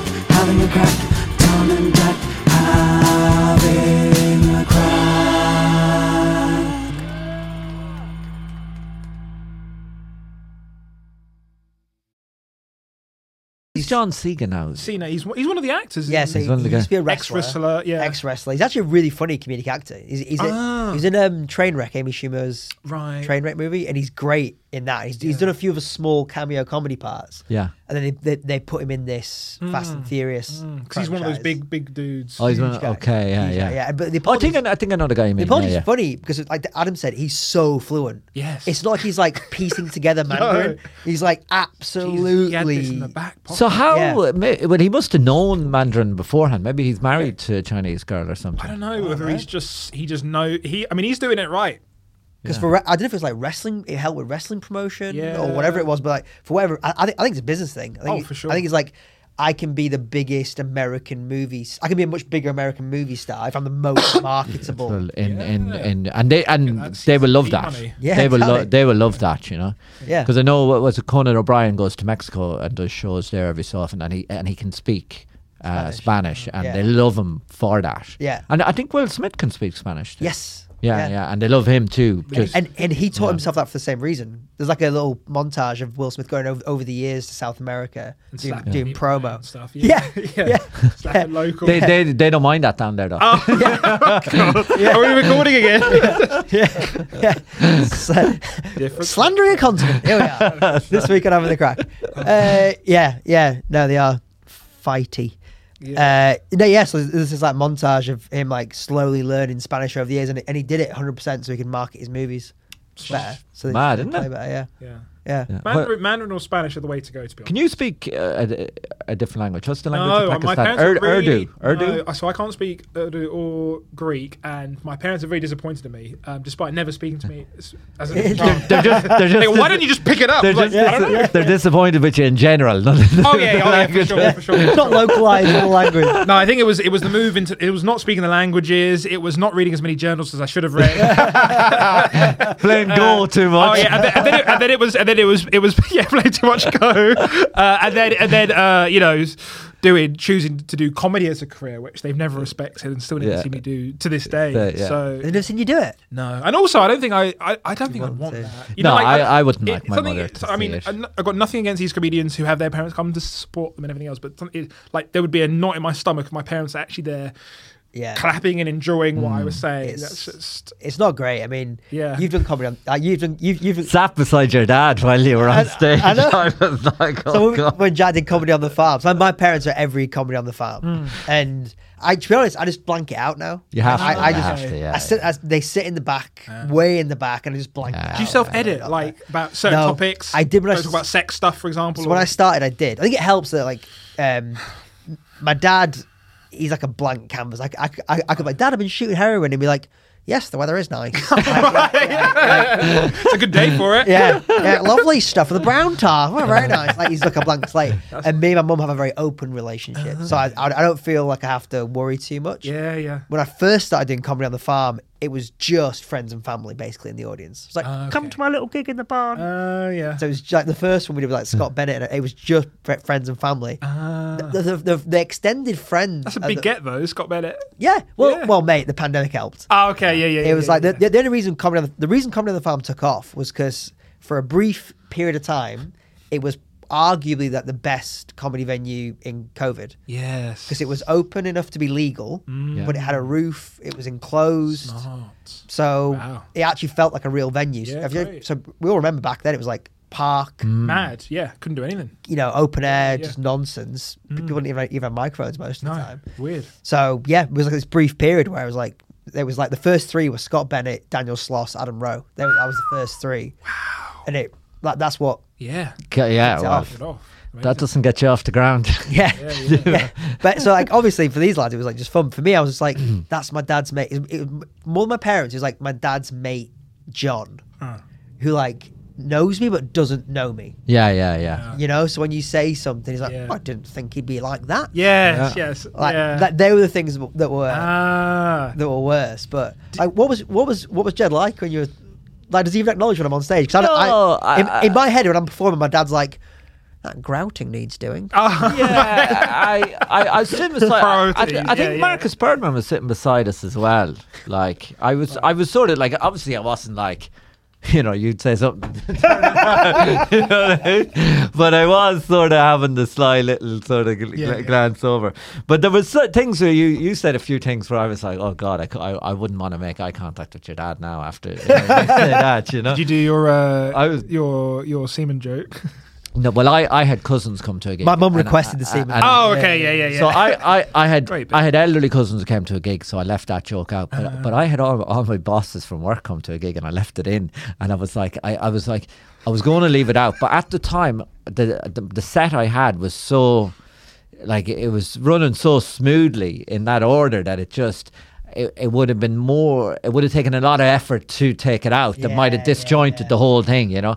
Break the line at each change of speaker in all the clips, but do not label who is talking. a crack, Tom and Jack having a crack.
He's John Seeger now.
Cena, he's, one- he's one of the actors.
Yes,
isn't
he,
He's one of the
he used to be a wrestler.
Ex-wrestler, yeah.
Ex-wrestler. He's actually a really funny comedic actor. He's, he's,
Ah.
a, he's in um, Trainwreck, Amy Schumer's
Right.
Trainwreck movie, and he's great in that. He's, he's done a few of the small cameo comedy parts.
Yeah.
And then they, they, they put him in this Fast and Furious.
Because Mm. he's one of those
franchise.
big, big dudes.
Oh, he's one,
Huge guy.
okay, yeah,
Huge
yeah.
guy, yeah. But the
oh, I think
apologies-
I, I think I know the guy you mean.
The apology's
yeah, yeah.
funny because, like Adam said, he's so fluent.
Yes.
It's not like he's like piecing together Mandarin. He's like absolutely.
He had this in the back pocket.
So how?
Yeah.
may- Well, he must have known Mandarin beforehand. Maybe he's married to a Chinese girl or something.
I don't know whether he's just he just know he. I mean, he's doing it right.
Because for re- I don't know if it was like wrestling, it helped with wrestling promotion
Yeah.
or whatever it was, but like for whatever, I, I, think, I think it's a business thing. I think
Oh, for sure.
I think it's like I can be the biggest American movie. s- I can be a much bigger American movie star if I'm the most marketable.
Well, in, in, in, and they and they will love
easy
that.
money.
Yeah,
they will lo-
exactly.
they will love that. You know.
Yeah.
Because I know what was it, Conan O'Brien goes to Mexico and does shows there every so often, and he and he can speak. Uh, Spanish, and
Yeah.
they love him for that.
Yeah.
and I think Will Smith can speak Spanish. Too.
Yes.
yeah, yeah, and they love him too. Just,
And and he taught himself that for the same reason. There's like a little montage of Will Smith going over, over the years to South America doing,
slapping
doing
people
promo
and stuff.
Yeah,
Yeah,
yeah.
yeah. Slapping local. Oh,
they, they they don't mind that down there
Uh,
though.
Are we recording again?
Sl- Slandering a continent. Here we are. this week on Having the Crack. Uh, yeah, yeah. No, they are fighty. Uh, no, yeah. So this is like montage of him like slowly learning Spanish over the years, and, and he did it 100 percent so he could market his movies better. So they-
Mad,
they
isn't
play
it?
Better, yeah.
yeah.
yeah,
Yeah.
Mandarin, Mandarin or Spanish are the way to go. To be honest.
Can you speak uh, a, a different language? What's the language
no, uh,
of
my
Pakistan?
parents are
Ur-
really,
Urdu. Urdu.
No, uh, so I can't speak Urdu or Greek, and my parents are very disappointed in me, um, despite never speaking to me as, as a child.
They're just, they're
Like,
just
why don't you just pick it up?
They're,
Like,
just-
I don't know.
they're disappointed with you in general. not-
Oh yeah, yeah, oh, yeah, for sure, for sure.
Not localized in the language.
No, I think it was it was the move into it was not speaking the languages. It was not reading as many journals as I should have read.
playing goal too
oh
much.
yeah, and then, and, then it, and then it was and then it was it was yeah playing too much go. Uh, and then and then uh, you know s- doing choosing to do comedy as a career, which they've never respected and still never
Yeah.
see me do to this day.
Yeah, yeah.
So
They've never seen you do it.
No, and also I don't think I I, I don't think I'd want
to.
that.
No, I- I wouldn't like my
something-
mother to
so, I
see
mean,
it.
I n- I've got nothing against these comedians who have their parents come to support them and everything else, but some- it, like there would be a knot in my stomach if my parents are actually there
Yeah. Mm.
clapping and enjoying what I was saying.
It's-
That's just
It's not great. I mean,
Yeah.
you've done comedy on. Uh, you've done. You've you've.
Sat beside your dad while you were
I-
on stage.
I know.
was like, oh,
So when,
God.
when Jack did comedy on the farm, so my parents are every comedy on the farm,
Hmm.
and I, to be honest, I just blank it out now.
You have
I,
to,
I
you
just,
have to, yeah,
I sit, I, they sit in the back, way in the back, and I just blank. it
Yeah.
out.
do you self edit
Yeah.
like about certain
No,
topics?
I did when I
Don't
s-
talk about sex stuff, for example.
So when
or-
I started, I did. I think it helps that like, um, my dad, he's like a blank canvas. I, I, I, I could be like, Dad, I've been shooting heroin, and be like, Yes, the weather is nice.
it's a good day for it.
Yeah, yeah, lovely stuff with the brown tar. Oh, very nice. Like he's like a blank slate. And me and my mum have a very open relationship, so I, I, I don't feel like I have to worry too much.
Uh-huh. yeah, yeah.
When I first started doing comedy on the farm, it was just friends and family basically in the audience. It's like, come to my little gig in the barn.
Oh yeah.
so it was ju- like the first one we did with like
Hmm.
Scott Bennett, and it was just fr- friends and family. the, the, the, the extended friends.
Ah. That's a
and
big
uh, the-
get though. Scott Bennett.
Yeah. Well,
Yeah.
well, mate, the pandemic helped.
Oh okay, yeah, yeah.
It was
yeah,
like
yeah.
the, the, the only reason comedy on the, the reason comedy on the farm took off was because for a brief period of time, it was arguably like the best comedy venue in COVID
yes.
because it was open enough to be legal, but it had a roof, it was enclosed.
Mm. Smart.
So
Wow.
it actually felt like a real venue. So
Yeah,
if you-
great.
so we all remember back then it was like park,
Mad. Yeah, couldn't do anything.
you know, open air,
yeah. Mm.
just nonsense. P- People didn't even, even have microphones most of
No,
the time.
weird.
So yeah, it was like this brief period where I was like, there was like the first three were Scott Bennett, Daniel Sloss, Adam Rowe. They were- That was the first three. Wow. And it like that's what.
Yeah.
Okay, yeah, well,
off.
Get off. Amazing.
that doesn't get you off the ground.
Yeah. But so like obviously for these lads it was like just fun. For me I was just like that's my dad's mate. It, it, more than my parents it was like my dad's mate John,
Ah.
who like knows me but doesn't know me.
yeah, yeah, yeah.
You know. So when you say something he's like
Yeah.
I didn't think he'd be like that.
Yes, yes.
Like
yeah.
that. They were the things that were.
ah.
that were worse. But like, what was what was what was Jed like when you were like? Does he even acknowledge when I'm on stage? Because I, don't- I-
No, I-
in, in my head when I'm performing, my dad's like, that grouting needs doing.
Uh,
yeah, I, I, I was sitting beside. I, I,
Priority,
I think
yeah, yeah.
Marcus Birdman was sitting beside us as well. Like I was, I was sort of like. Obviously, I wasn't like, you know, you'd say something, You know what I mean? but I was sort of having the sly little sort of gl-
Yeah,
gl-
yeah.
glance over. But there was so- things where you you said a few things where I was like, oh god, I, cou- I, I wouldn't want to make eye contact with your dad now after you know, that, you know.
Did you do your uh,
I was-
your your semen joke?
No, well, I, I had cousins come to a gig.
My mum
and I-
requested the
I-
semen.
and-
Oh, okay, yeah, yeah, yeah.
So I, I, I had
Great bit. Uh-huh.
I had elderly cousins who came to a gig, so I left that joke out. But, but I had all, all my bosses from work come to a gig, and I left it in. And I was like, I, I was like, I was going to leave it out, but at the time, the the, the set I had was so like it was running so smoothly in that order that it just. It, it would have been more. It would have taken a lot of effort to take it out. That might have
Yeah, yeah,
disjointed the whole thing, you know.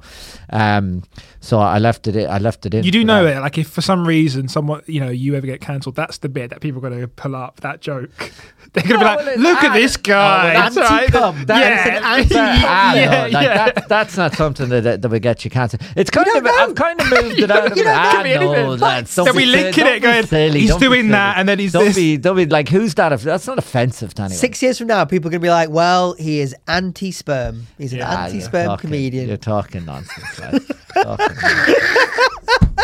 Um, so I left it. I left it in.
You do
for
know
that.
it. Like if for some reason someone you know you ever get cancelled, that's the bit that people are going to pull up that joke. They're going to
No,
be
well,
like,
it-
"Look
ah,
at this guy."
well,
It's all right.
anti-cum.
That
yeah,
is an
yeah,
Ah, no,
yeah,
like
yeah.
That, that's not something that, that, would get you cancelled. It's kind
You
of
don't know.
I've kind of moved it out.
You don't
ah,
know.
Could be
no,
anything.
lads, don't
Like, they'll
be
be
silly,
licking
don't
it
be
going,
silly,
"He's
don't be
doing
silly."
that," and then he's
don't
this.
Be, don't be like, who's that? If that's not offensive to anyone.
Six years from now, people are going to be like, well, he is anti sperm. He's an
Ah,
anti
you're
sperm
talking- You're
comedian.
talking nonsense. lads. Talking nonsense.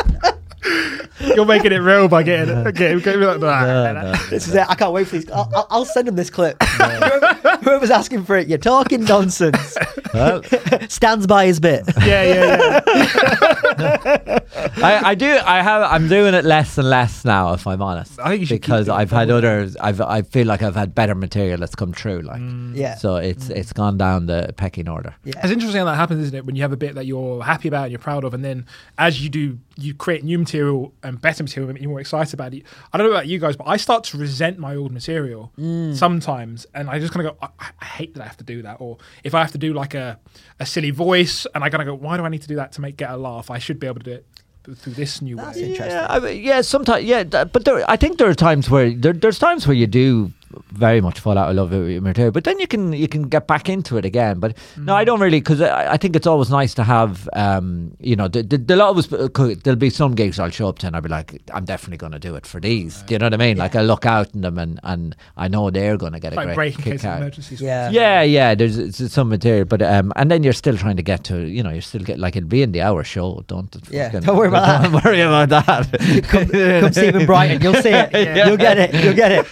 You're making it real by getting it. Okay, okay, we're like, "Nah, nah,
No,
nah."
no, no.
This is it. I can't wait for these. I'll, I'll- I'll send him this clip. Whoever- Whoever's asking for it, you're talking nonsense.
Well,
Stands by his bit.
Yeah, yeah, yeah.
I, I do. I have. I'm doing it less and less now, if I'm honest.
I think you should keep
because
doing
I've had others. I've. I feel like I've had better material that's come true. Like,
Mm.
Yeah.
so it's it's gone down the pecking order.
It's interesting how that happens, isn't it? When you have a bit that you're happy about and you're proud of, and then as you do, you create new material and better material and you're more excited about it. I don't know about you guys, but I start to resent my old material sometimes, and I just kind of go, I, I hate that I have to do that. Or if I have to do like a, a silly voice, and I kind of go, why do I need to do that to make get a laugh? I should be able to do it through this new way.
Yeah, I mean, yeah. Sometimes, yeah. th- But there, I think there are times where there, there's times where you do very much fall out of love with your material, but then you can you can get back into it again. But no, I don't really because I, I think it's always nice to have. Um, you know, th- th- there'll always be- co- uh, there'll be some gigs I'll show up to and I'll be like, I'm definitely going to do it for these. Do you know what I mean? Like I look out in them and and I know they're going to get a
Like
great
break in
kick
case of
out.
emergencies.
Yeah.
Yeah, yeah. There's it's some material, but um, and then you're still trying to get to, you know, you're still get like it'll be in the hour show. Don't
Yeah,
fucking-
don't worry about
Don't worry about that.
come, come see him in Brighton. You'll see it.
Yeah.
You'll get it. You'll get it.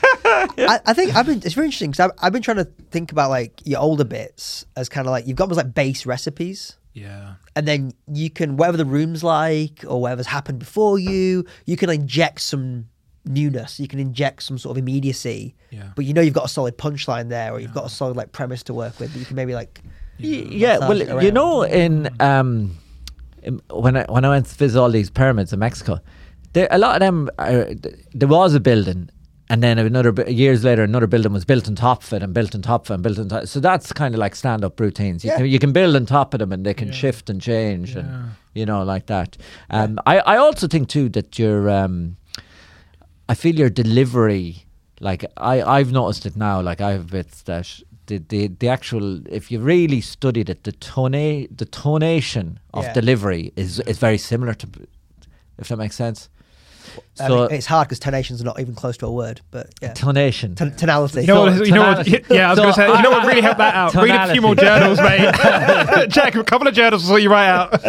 I, I think I've been. It's very interesting because I've, I've been trying to think about like your older bits as kind of like you've got almost like base recipes,
Yeah.
and then you can whatever the room's like or whatever's happened before you, you can inject some newness. You can inject some sort of immediacy.
Yeah.
But you know you've got a solid punchline there, or you've got a solid like premise to work with that you can maybe like.
Y- yeah, well,
Massage
you
around.
know, in um, in- when I when I went to visit all these pyramids in Mexico, there a lot of them. Are, th- there was a building, and then another bu- years later, another building was built on top of it, and built on top of it, and built on top. So that's kind of like stand up routines. You
Yeah.
can you can build on top of them, and they can shift and change, and you know, like that. Um, I I also think too that your um, I feel your delivery. Like I, I've noticed it now. Like I have bits that the, the the actual, if you really studied it, the tone, the tonation of
Yeah.
delivery is is very similar to, if that makes sense.
I
So
mean, it's hard because tonations are not even close to a word, but yeah.
tonation.
Ton- tonality.
You know,
So-
what, you know what?
tonality.
Yeah, I was
So
going to say. You know what
I-
really helped that out? Read a few more journals, mate. Jack, a couple of journals will sort you right out.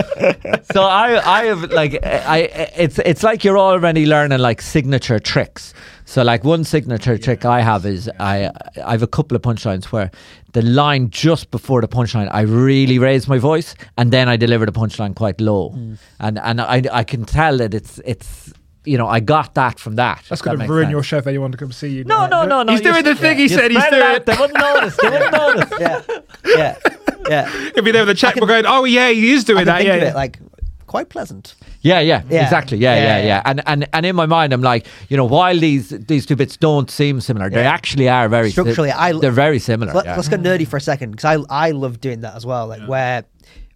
so I, I have like, I, it's, it's like you're already learning like signature tricks. So like one signature trick I have is I, I have a couple of punchlines where the line just before the punchline I really raise my voice and then I deliver the punchline quite low,
Mm.
and and I, I can tell that it's it's you know I got that from that.
That's
going to
ruin your show if anyone to come see you.
No, no, no, no.
He's
you
doing the
s-
thing
you
he said he's
spread it out,
doing.
They wouldn't notice. They wouldn't notice.
yeah. Yeah. Yeah.
He'll be there with the check. We're going, oh, yeah, he is doing
I can
that.
think
Yeah.
of
yeah.
it like quite pleasant.
Yeah, yeah,
Yeah.
exactly. Yeah,
Yeah,
yeah, yeah,
yeah.
And and and in my mind, I'm like, you know, while these these two bits don't seem similar, they
Yeah.
actually are very si-
Structurally, I l-
they're very similar.
Let,
yeah.
Let's go nerdy for a second because I I love doing that as well. Like where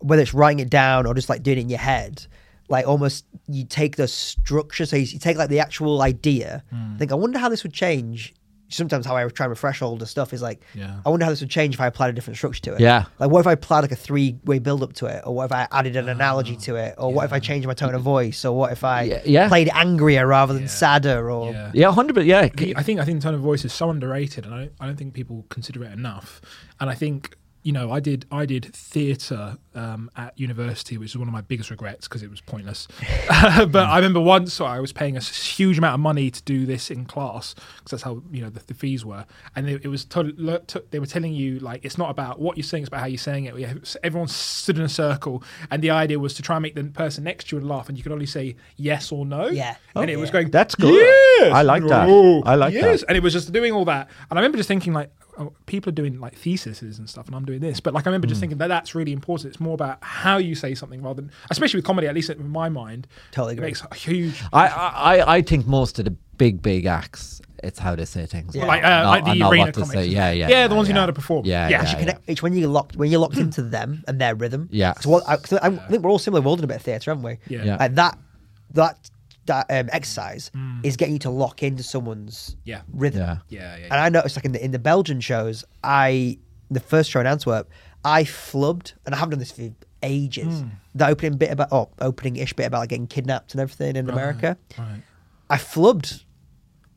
whether it's writing it down or just like doing it in your head, like almost
Hmm.
you take the structure. So you, you take like the actual idea. Think I wonder how this would change sometimes how I try and refresh older stuff is like,
Yeah.
I wonder how this would change if I applied a different structure to it.
Yeah.
Like, what if I applied like a three way build up to it? Or what if I added
Ah.
an analogy to it? Or what if I changed my tone of voice? Or what if I
Yeah, yeah.
played angrier rather than sadder? Or
Yeah.
Yeah, hundred percent. Yeah,
The- I think I think tone of voice is so underrated, and I don't, I don't think people consider it enough. And I think you know I did I did theatre um, at university, which is one of my biggest regrets because it was pointless. but
Mm.
I remember once I was paying a s- huge amount of money to do this in class because that's how you know the, the fees were, and it, it was to, le- to, they were telling you like it's not about what you're saying, it's about how you're saying it. We have- s- Everyone stood in a circle, and the idea was to try and make the person next to you laugh, and you could only say yes or no.
Yeah. Oh,
and it was
yeah.
going
That's good.
Yes,
I like that.
no,
I like that.
yes, and it was just doing all that. And I remember just thinking, like, oh, people are doing like theses and stuff, and I'm doing this. But like, I remember
Hmm.
just thinking that that's really important. It's more about how you say something rather than, especially with comedy, at least in my mind.
Totally
it
agree.
makes a huge.
I, I, I- I think most of the big, big acts, it's how they say things.
Yeah.
Like, uh,
Not-
like
and
the
not
arena
what to
comics.
say. Yeah, yeah,
Yeah, the
yeah,
ones who know
yeah.
how to perform.
Yeah,
yeah.
yeah,
actually,
yeah.
Connect- It's when you locked when you're locked into them and their rhythm.
Yeah.
So what, I, 'cause I, I think we're all similar. We're all doing a bit of theatre, haven't we?
Yeah. Yeah.
Like that that that um, exercise is getting you to lock into someone's
Mm. Yeah.
rhythm.
Yeah.
Yeah, yeah,
And I noticed like in the in the Belgian shows, I the first show in Antwerp, I flubbed, and I haven't done this for ages.
Mm.
The opening bit about oh, opening ish bit about like, getting kidnapped and everything in America.
Right.
I flubbed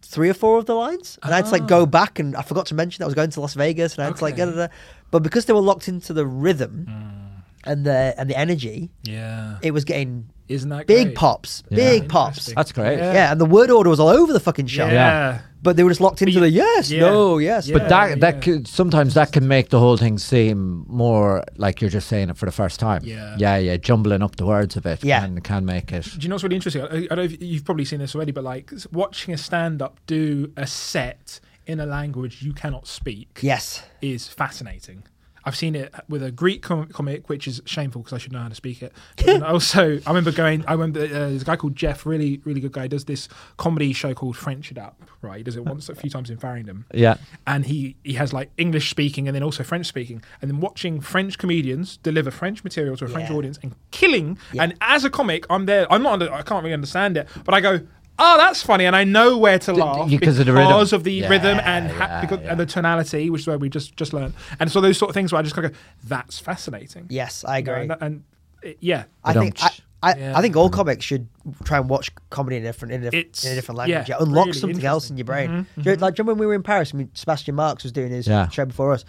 three or four of the lines, and I had to like go back, and I forgot to mention that I was going to Las Vegas, and I had to like
Ah. Okay.
da, da, da. but because they were locked into the rhythm
Hmm.
and the and the energy,
Yeah.
it was getting
Isn't that
big
great?
pops,
Yeah.
big pops.
That's great.
Yeah.
Yeah, and the word order was all over the fucking show.
Yeah.
Yeah.
But they were just locked into
you-
the yes,
yeah.
no, yes.
Yeah.
But that that
yeah.
could sometimes that can make the whole thing seem more like you're just saying it for the first time.
Yeah.
yeah, yeah. Jumbling up the words a bit.
Yeah.
can, can make it.
Do you know what's really interesting? I, I don't know if you've probably seen this already, but like s- watching a stand up do a set in a language you cannot speak.
Yes.
is fascinating. I've seen it with a Greek com- comic, which is shameful because I should know how to speak it. But then also, I remember going. I remember uh, there's a guy called Jeff, really, really good guy. Does this comedy show called French It Up, right? He does it once, a few times in Farringdon.
Yeah.
And he he has like English speaking and then also French speaking, and then watching French comedians deliver French material to a French
Yeah.
audience and killing.
Yeah.
And as a comic, I'm there. I'm not. Under, I can't really understand it, but I go. Oh, that's funny, and I know where to laugh
because of the rhythm.
because of the
Yeah,
rhythm and, ha-
yeah,
because,
yeah.
and the tonality, which is where we just just learned, and so those sort of things where I just kind of go, "That's fascinating."
Yes, I
You know,
agree.
and, and it- yeah,
I think I,
Badumch.
I,
Yeah.
I think all comics should try and watch comedy in a different in a,
It's-
in a different
yeah,
language. it unlocks
really Mm-hmm,
something else in your brain. Do you- Like do you remember when we were in Paris, and we- Sebastian Marx was doing his
Yeah.
show before us.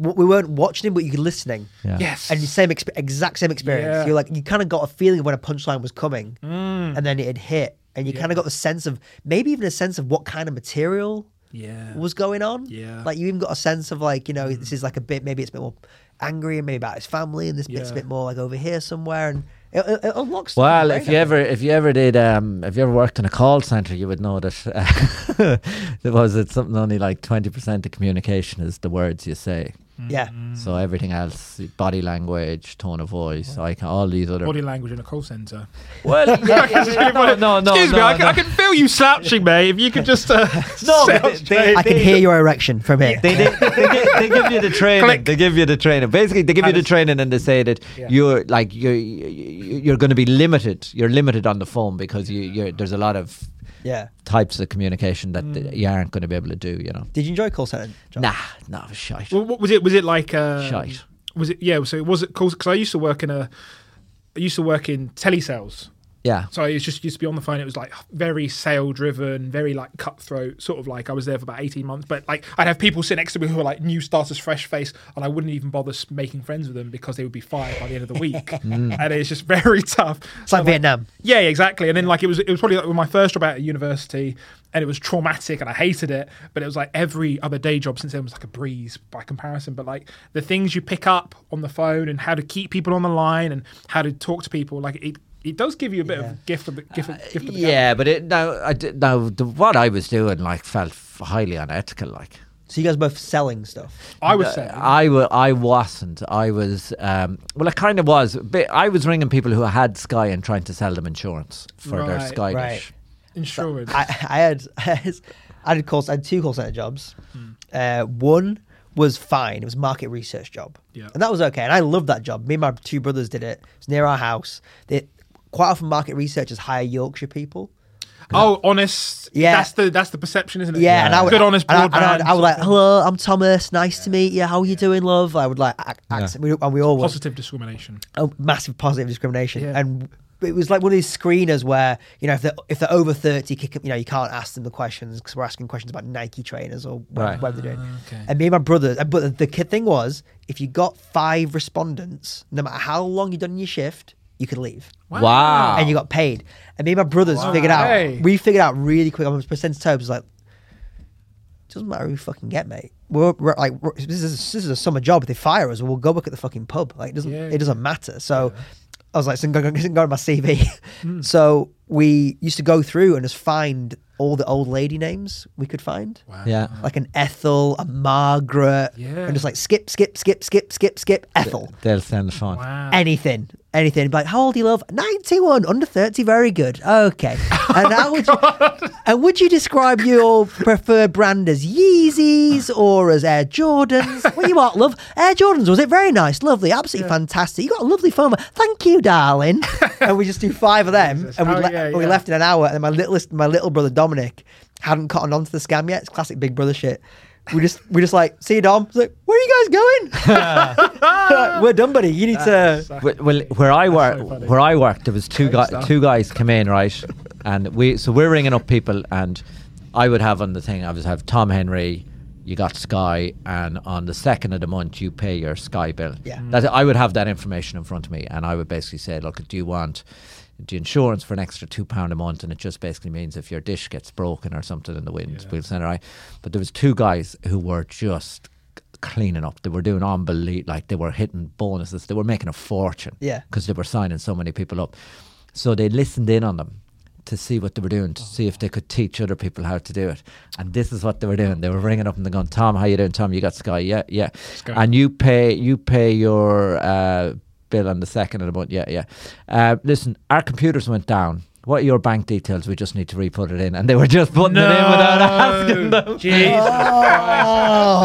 W- We weren't watching him, but you were listening.
Yeah.
yes,
And the same exp- exact same experience.
Yeah. Mm.
You're like you kind of got a feeling of when a punchline was coming, and then it had hit, and you kind of got the sense of maybe even a sense of what kind of material
yeah,
was going on.
Yeah. Mm.
Like you even got a sense of like, you know, this is like a bit maybe it's a bit more angry and maybe about his family and this bit's a
Yeah.
bit more like over here somewhere and it, it, it unlocks. stuff
Well,
in your
if
brain,
you
I
ever if you ever did um if you ever worked in a call center, you would know that uh, it was it something only like twenty percent of communication is the words you say.
think. Yeah.
Mm.
So
Hmm.
everything else, body language, tone of voice, I can all these other.
body language in a call center.
Well, yeah, yeah, yeah, no, no, no,
Excuse me,
no,
I, can,
no.
I can feel you slouching, mate. If you could just uh,
No,
sit
but
up
they-
straight.
I can hear your erection from here.
They, did, they, gi- they give you the training.
Click.
They give you the training. Basically, they give you
And
the
it's-
training, and they say that
Yeah.
you're like you're you- you're going to be limited. You're limited on the phone because you you're, there's a lot of
yeah.
types of communication that
Hmm.
you aren't going to be able to do. You know,
Did you enjoy call center? John?
nah, nah, it was shite.
Well, what was it? Was it like uh,
Shite.
Was it yeah? So was it called? Because I used to work in a, I used to work in telesales.
yeah,
So I was just used to be on the phone. It was like very sale driven, very like cutthroat, sort of like I was there for about 18 months. But like I'd have people sit next to me who were like new starters, fresh face, and I wouldn't even bother s- making friends with them because they would be fired by the end of the week. And it's just very tough.
It's like Vietnam.
Yeah, exactly. And then like it was it was probably like my first job out of university and it was traumatic and I hated it, but it was like every other day job since then was like a breeze by comparison. But like the things you pick up on the phone and how to keep people on the line and how to talk to people, like it it does give you a bit
Yeah.
of a gift of the gift of, gift of the gab.
yeah. But it now I did, now the, what I was doing like felt f- highly unethical. Like
So you guys both selling stuff.
I would say.
I wa- I wasn't. I was. Um, well, I kind of was. But I was ringing people who had Sky and trying to sell them insurance for their
Right,
Sky
right.
dish.
insurance.
I, I had I had calls I had two call center jobs. Uh, one was fine. It was a market research job.
Yeah.
And that was okay. And I loved that job. Me and my two brothers did it. It's near our house. They, quite often market researchers hire Yorkshire people.
Oh, honest.
Yeah.
that's the that's the perception, isn't it?
Yeah, and I would
good honest
and I,
broadband.
and I, would- I would like, hello, I'm Thomas. Nice to meet you. How are you doing, love? I would like, ac- accent, we, and we all would
positive discrimination.
a massive positive discrimination,
Yeah.
and it was like one of these screeners where you know if they're if they're over thirty, kick, you know you can't ask them the questions because we're asking questions about Nike trainers or what,
Right.
what they're doing.
Ah, okay.
And me and my brother, uh, but the kid thing was, if you got five respondents, no matter how long you've done your shift, you could leave.
Wow.
Ah.
And you got paid. And me and my brothers
Wow.
figured out.
Hey.
We figured out really quick. I was percentage Tobes was like, doesn't matter who we fucking get, mate. We're, we're like, we're, this is this is a summer job. If they fire us, we'll go work at the fucking pub. Like, it doesn't
Yeah.
it doesn't matter. So I was like, so go, go, go go to my CV.
Hmm.
So we used to go through and just find all the old lady names we could find
Yeah.
Uh-huh.
like an Ethel, a Margaret,
Yeah.
and just like skip, skip, skip, skip, skip, skip, Ethel.
They'll send the phone.
Wow.
Anything, anything. Like, how old do you love? 91, under 30, very good. Okay. And,
Oh,
how would, you, and would you describe your preferred brand as Yeezys or as Air Jordans? what you want, love? Air Jordans, was it? Very nice, lovely, absolutely fantastic. You got a lovely phone. Thank you, darling. and we just do five of them.
Jesus.
And we,
Oh,
le-
yeah,
and we
yeah.
left in an hour, and then my littlest, my little brother Dominic hadn't cottoned on to the scam yet. It's classic Big Brother shit. We just, we just like, see you, Dom. It's like, where are you guys going? We're done, buddy. You need to.
Well, well, where I work,
so funny.
where I worked, there was two
Great
guys.
stuff.
Two guys come in, right? And we, so we're ringing up people, and I would have on the thing. I would have Tom Henry. You got Sky, and on the second of the month, you pay your Sky bill.
Yeah.
Mm.
That I would have that information in front of me, and I would basically say, look, do you want? The insurance for an extra two pound a month, and it just basically means if your dish gets broken or something in the wind, we'll send it right. But there was two guys who were just cleaning up. They were doing unbelievable, like they were hitting bonuses. They were making a fortune.
Yeah.
Because they were signing so many people up. So they listened in on them to see what they were doing, to see if they could teach other people how to do it. And this is what they were doing. They were ringing up and they're going, Tom, how you doing? Tom, you got Sky? Yeah, yeah.
Sky.
And you pay you pay your uh, bill on the second of the month. Yeah, yeah. Uh, listen, our computers went down. What are your bank details? We just need to re-put it in. And they were just putting it in without asking them.
Jesus
Oh,
Christ.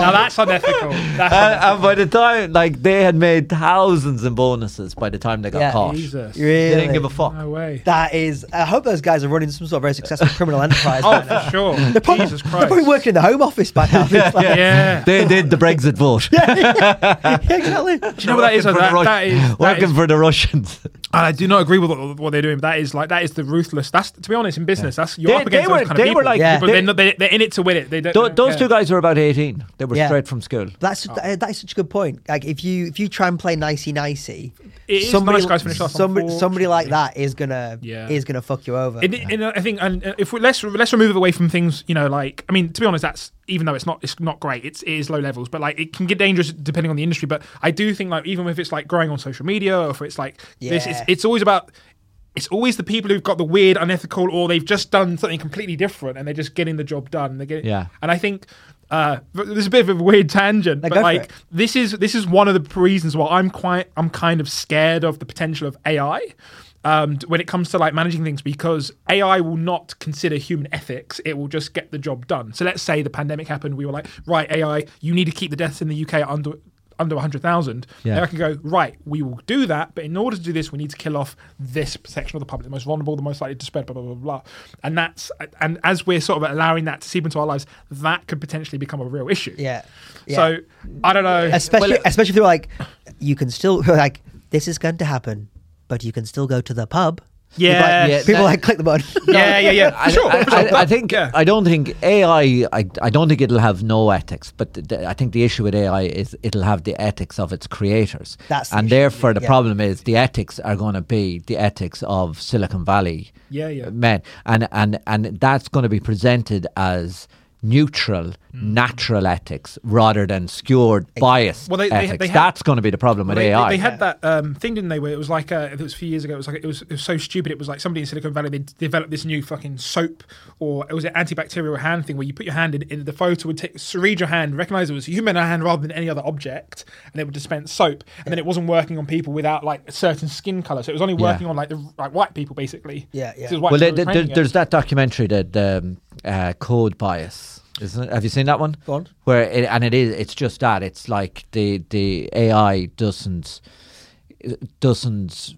Now that's unethical. That's
And,
Uh,
unethical.
and by the time, like, they had made thousands in bonuses by the time they got
Yeah.
caught.
Jesus.
They
Really?
didn't give a fuck.
No way.
oh. that is. I hope those guys are running some sort of very successful criminal enterprise.
Oh,
by now.
for sure.
They're probably,
Jesus
they're
Christ.
probably working in the Home Office by now. It's like-
Yeah.
They did the Brexit vote.
yeah, exactly.
Do you know what that is? though?
Working for the
That,
Rus-
that is. that
Working
is-
for the Russians.
I do not agree with what, what they're doing. That is like that is the ruthless. That's to be honest in business. That's you're
They-
up against
they
those
were-
kind of
they were
people.
like-
Yeah.
but
they-
they're, not, they, they're in it to win it. They don't.
Tho-
they don't
those
care.
two guys were about 18. They were
Yeah.
straight from school.
That's
Oh.
that, that is such a good point. Like if you if you try and play nicey nicey,
It is nice guys finish last,
somebody, somebody like
unfortunately.
that is gonna
Yeah.
is gonna fuck you over.
It, and I think, and uh, if we, let's let's remove it away from things, you know, like I mean, to be honest, that's even though it's not it's not great, it's it is low levels, but like it can get dangerous depending on the industry. But I do think like even if it's like growing on social media or if it's like this, it's,
Yeah.
it's always about. It's always the people who've got the weird, unethical, or they've just done something completely different, and they're just getting the job done. They get,
Yeah.
And I think uh, th- this is a bit of a weird tangent,
No,
but
go for
like
it.
this is this is one of the reasons why I'm quite I'm kind of scared of the potential of AI um, d- when it comes to like managing things because AI will not consider human ethics. It will just get the job done. So let's say the pandemic happened. We were like, right, AI, you need to keep the deaths in the UK under under 100,000.
Yeah.
Yeah. I can go, right, we will do that, but in order to do this, we need to kill off this section of the public, the most vulnerable, the most likely to spread, blah, blah, blah, blah. And that's, and as we're sort of allowing that to seep into our lives, that could potentially become a real issue.
yeah. yeah.
So I don't know.
especially
Well, uh,
especially if they're like, you can still like this is going to happen, but you can still go to the pub. You'd be like-
Yeah.
Yeah,
people
that-
like click the button.
yeah, yeah, yeah.
I,
For sure.
I-
for sure.
I- I
But-
think
yeah.
I don't think AI. I, I don't think it'll have no ethics, but th- th- I think the issue with AI is it'll have the ethics of its creators,
That's the
and
issue,
therefore the
yeah.
problem is the ethics are going to be the ethics of Silicon Valley
Yeah, yeah.
men, and and and that's going to be presented as neutral,
Mm.
natural ethics rather than skewed, biased
Well, they- they-
ethics.
they had-
that's going to be the problem with
Well, they,
AI.
They, they had that um, thing, didn't they? Where it was like uh, it was a few years ago. It was like it was, it was so stupid. It was like somebody in Silicon Valley they d- developed this new fucking soap, or it was an antibacterial hand thing where you put your hand in, in the photo would take, so read your hand, recognize it was a human hand rather than any other object, and it would dispense soap. And then it wasn't working on people without like a certain skin color, so it was only
Yeah.
working on like the like white people basically.
Yeah, yeah.
So it was white
well, there,
people
there,
training it.
there's that documentary that the um, uh, Code Bias, isn't it? Have you seen that one?
Go on.
Where it, and it is, it's just that. It's like the the AI doesn't doesn't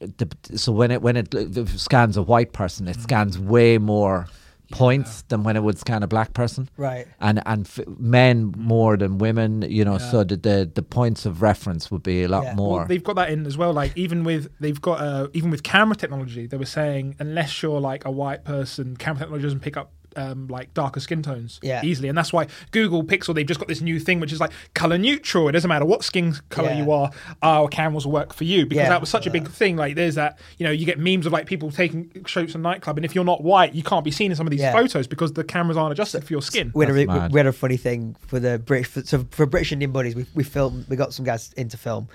the, so when it when it, it scans a white person,
Mm.
it scans way more points than when it would scan a black person.
Right.
And and f- men more than women, you know.
Yeah.
So the, the the points of reference would be a lot
Yeah. Well,
more.
Well, they've got that in as well. Like even with they've got uh, even with camera technology, they were saying unless you're like a white person, camera technology doesn't pick up. Um, like darker skin tones
Yeah.
easily, and that's why Google Pixel they've just got this new thing which is like color neutral. It doesn't matter what skin color
Yeah.
you are, our cameras will work for you because
Yeah.
that was such a big thing. Like there's that you know you get memes of like people taking shots in nightclub, and if you're not white, you can't be seen in some of these
Yeah.
photos because the cameras aren't adjusted for your skin.
we had, a,
That's
re-
mad.
we had a funny thing for the British for, so for British Indian buddies. We we filmed. We got some guys into film,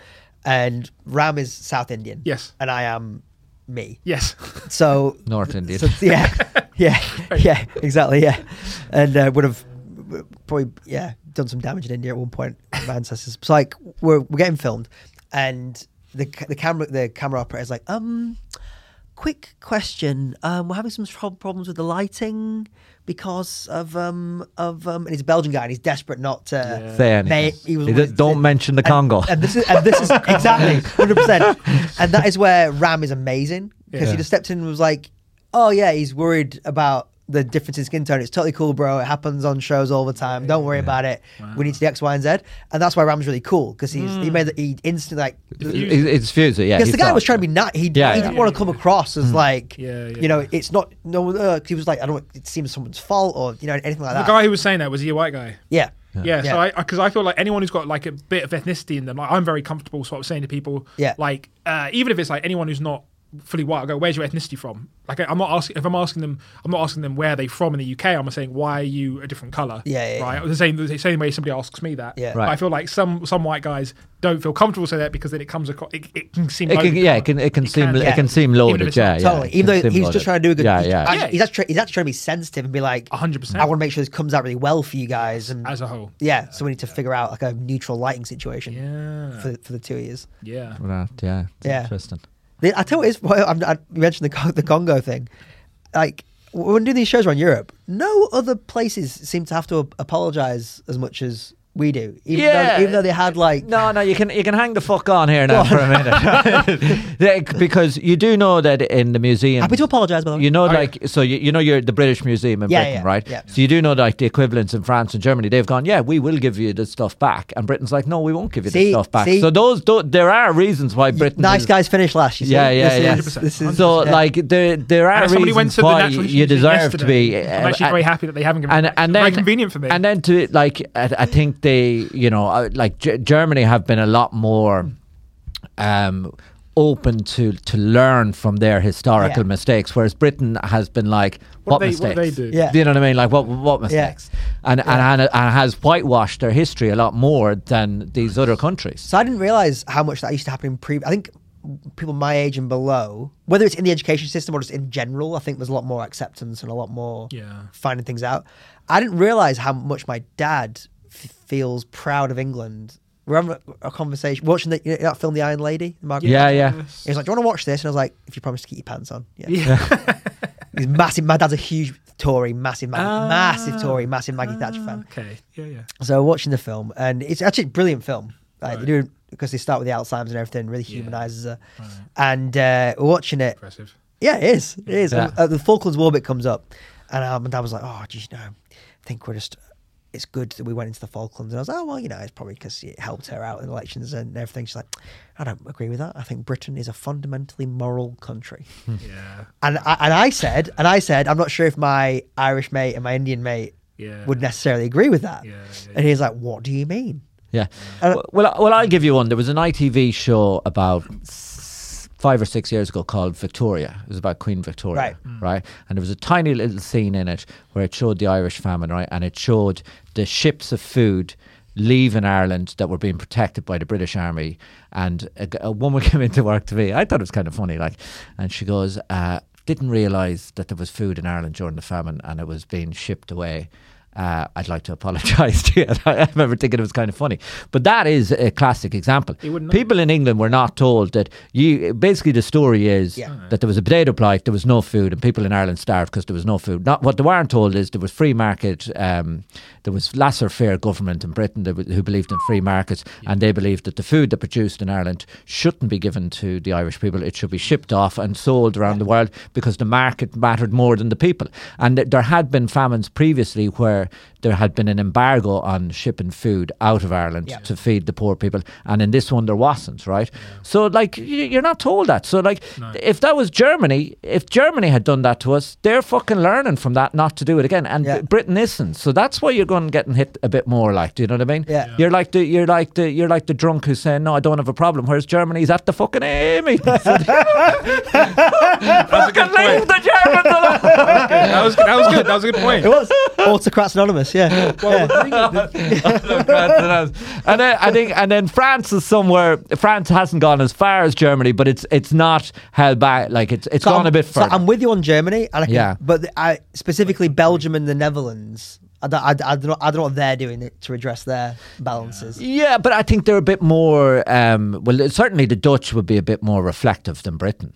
and Ram is South Indian.
Yes.
and I am me.
Yes,
So
North Indian.
so- yeah, yeah, yeah, exactly. Yeah, and uh, would have probably yeah done some damage in India at one point. My ancestors. So like we're we're getting filmed, and the ca- the camera the camera operator's like um. Quick question. Um, we're having some tro- problems with the lighting because of um of um. And he's a Belgian guy, and he's desperate not to
Say anything.
Mate, he was
He
always-
d- don't mention the
and-
Congo.
And this is and this is exactly hundred percent. And that is where Ram is amazing because he
Yeah.
just stepped in and was like, "Oh yeah, he's worried about the difference in skin tone. It's totally cool, bro. It happens on shows all the time. Don't worry about it. We need to do X, Y, and Z." And that's why Ram's really cool because he's
Hmm.
he made that he instantly like.
It- it's fuser, yeah.
Because
he
the guy
saw
was
it.
trying to be nice. He,
Yeah,
he
yeah. Hmm.
didn't want to come across as like,
Yeah, yeah.
you know, it's not no. Uh, 'cause he was like, I don't. want- It seems someone's fault or you know anything like
the
that.
guy who was saying that was he a white guy?
yeah.
Yeah,
Yeah.
so I because I feel like anyone who's got like a bit of ethnicity in them, like I'm very comfortable sort of saying to people,
Yeah.
like uh, even if it's like anyone who's not fully white, I go, where's your ethnicity from? Like I- I'm not asking if I'm asking them, I'm not asking them where they from in the UK. I'm saying why are you a different color?
Yeah, yeah,
right. The same the same way somebody asks me that.
Yeah.
Right.
But I feel like some some white guys don't feel comfortable saying that because then it comes across, it, it can seem
It can,
loaded.
yeah, it can. It can seem.
yeah.
It can seem
Even if
loaded.
it's not
Yeah, yeah.
Totally.
it can
Even though
seem
he's
loaded.
just trying to do a good.
Yeah,
he's,
yeah.
Actually, he's, actually, he's actually trying to be sensitive and be like,
100%.
I want to make sure this comes out really well for you guys and
as a whole.
yeah. So we need to figure out like a neutral lighting situation
Yeah,
for for the two ears.
yeah.
Right, yeah. It's
Yeah.
Interesting.
The, I tell you what is. Well, I'm, I you mentioned the Con- the Congo thing. Like when we do these shows around Europe, no other places seem to have to ap- apologize as much as we do. Even
Yeah.
Though, even though they had like
No, no, you can you can hang the fuck on here now for a minute, Yeah, because you do know that in the museum.
happy to apologize, by the way.
You know,
yeah.
like so, you, you know, you're the British Museum in
Yeah,
Britain,
yeah,
right?
yeah.
So you do know, like the equivalents in France and Germany, they've gone, yeah, we will give you the stuff back, and Britain's like, no, we won't give you
See,
the stuff back.
see?
so those, tho- there are reasons why Britain.
nice
is-
guys finish last. You see?
Yeah, yeah, yeah.
This is, this is,
so
yeah.
like there, there are
And if somebody
reasons
went to the
why
Natural History
you
Museum
deserve to be.
yesterday,
uh,
I'm actually
uh,
very happy that they haven't given.
and
it back.
and
It's
then
very convenient for me.
And then to like, I, I think they, you know, uh, like G- Germany have been a lot more um, open to to learn from their historical
Yeah.
mistakes, whereas Britain has been like,
What
what,
do they- what
mistakes?
do they do?
Yeah.
you know what I mean? Like what what mistakes? And, and and and has whitewashed their history a lot more than these other countries.
So I didn't realize how much that used to happen in pre. I think people my age and below, whether it's in the education system or just in general, I think there's a lot more acceptance and a lot more
Yeah.
finding things out. I didn't realize how much my dad f- feels proud of England. We're having a, a conversation, watching the, you know, that film, The Iron Lady. the Margaret
Yeah,
Thatcher?
yeah.
He was like, "Do you want to watch this?" And I was like, "If you promise to keep your pants on." Yeah. He's massive. My dad's a huge Tory, massive, Maggie, massive Tory, massive Maggie Thatcher fan.
okay, yeah, yeah.
So we're watching the film, and it's actually a brilliant film. Like they do because they start with the Alzheimer's and everything, really humanizes her. And uh, we're watching it.
Impressive.
Yeah, it is. It is.
Yeah.
And, uh, the Falklands War bit comes up, and um, my dad was like, "Oh, geez, no, I think we're just." It's good that we went into the Falklands, and I was like, "Oh well, you know, it's probably because it helped her out in elections and everything." She's like, "I don't agree with that. I think Britain is a fundamentally moral country."
Hmm.
Yeah.
and I, and I said, and I said, I'm not sure if my Irish mate and my Indian mate
Yeah.
would necessarily agree with that.
Yeah, yeah,
And he's like, "What do you mean?"
Yeah.
Uh,
well, I- well, I'll give you one. There was an ITV show about s- five or six years ago called Victoria. It was about Queen Victoria,
Right.
right? And there was a tiny little scene in it where it showed the Irish famine, right? And it showed the ships of food leaving Ireland that were being protected by the British Army. And a, g- a woman came into work to me. I thought it was kind of funny, like, and she goes, uh, "Didn't realise that there was food in Ireland during the famine, and it was being shipped away." Uh, I'd like to apologise to you. I remember thinking it was kind of funny, but that is a classic example.
They wouldn't know.
People in England were not told that you. Basically, the story is
Yeah.
that there was a potato plight, there was no food, and people in Ireland starved because there was no food. Not what they weren't told is there was free market. Um, there was lesser fair government in Britain that, w- who believed in free markets, and they believed that the food that produced in Ireland shouldn't be given to the Irish people. It should be shipped off and sold around the world because the market mattered more than the people. And th- there had been famines previously where there had been an embargo on shipping food out of Ireland
Yeah.
to feed the poor people, and in this one there wasn't, right? So like y- you're not told that. So like if that was Germany, if Germany had done that to us, they're fucking learning from that not to do it again, and
Yeah.
B- Britain isn't. So that's why you're going getting hit a bit more. Like, do you know what I mean?
Yeah. Yeah.
You're like the you're like the you're like the drunk who's saying no, I don't have a problem. Whereas Germany's at the fucking AA meeting. So
That was a good
leave
point.
the Germans alone.
That was, that was good. That was a good point.
It was Autocrats Anonymous. Yeah.
Well, the thing is,
and then I think, and then France is somewhere. France hasn't gone as far as Germany, but it's it's not held back. Like it's it's gone
I'm,
a bit
so
further.
I'm with you on Germany, and I can,
Yeah.
but the- I, specifically Belgium and the Netherlands. I don't, I, I don't know, I don't know what they're doing it to address their balances.
yeah, but I think they're a bit more. Um, well, certainly the Dutch would be a bit more reflective than Britain,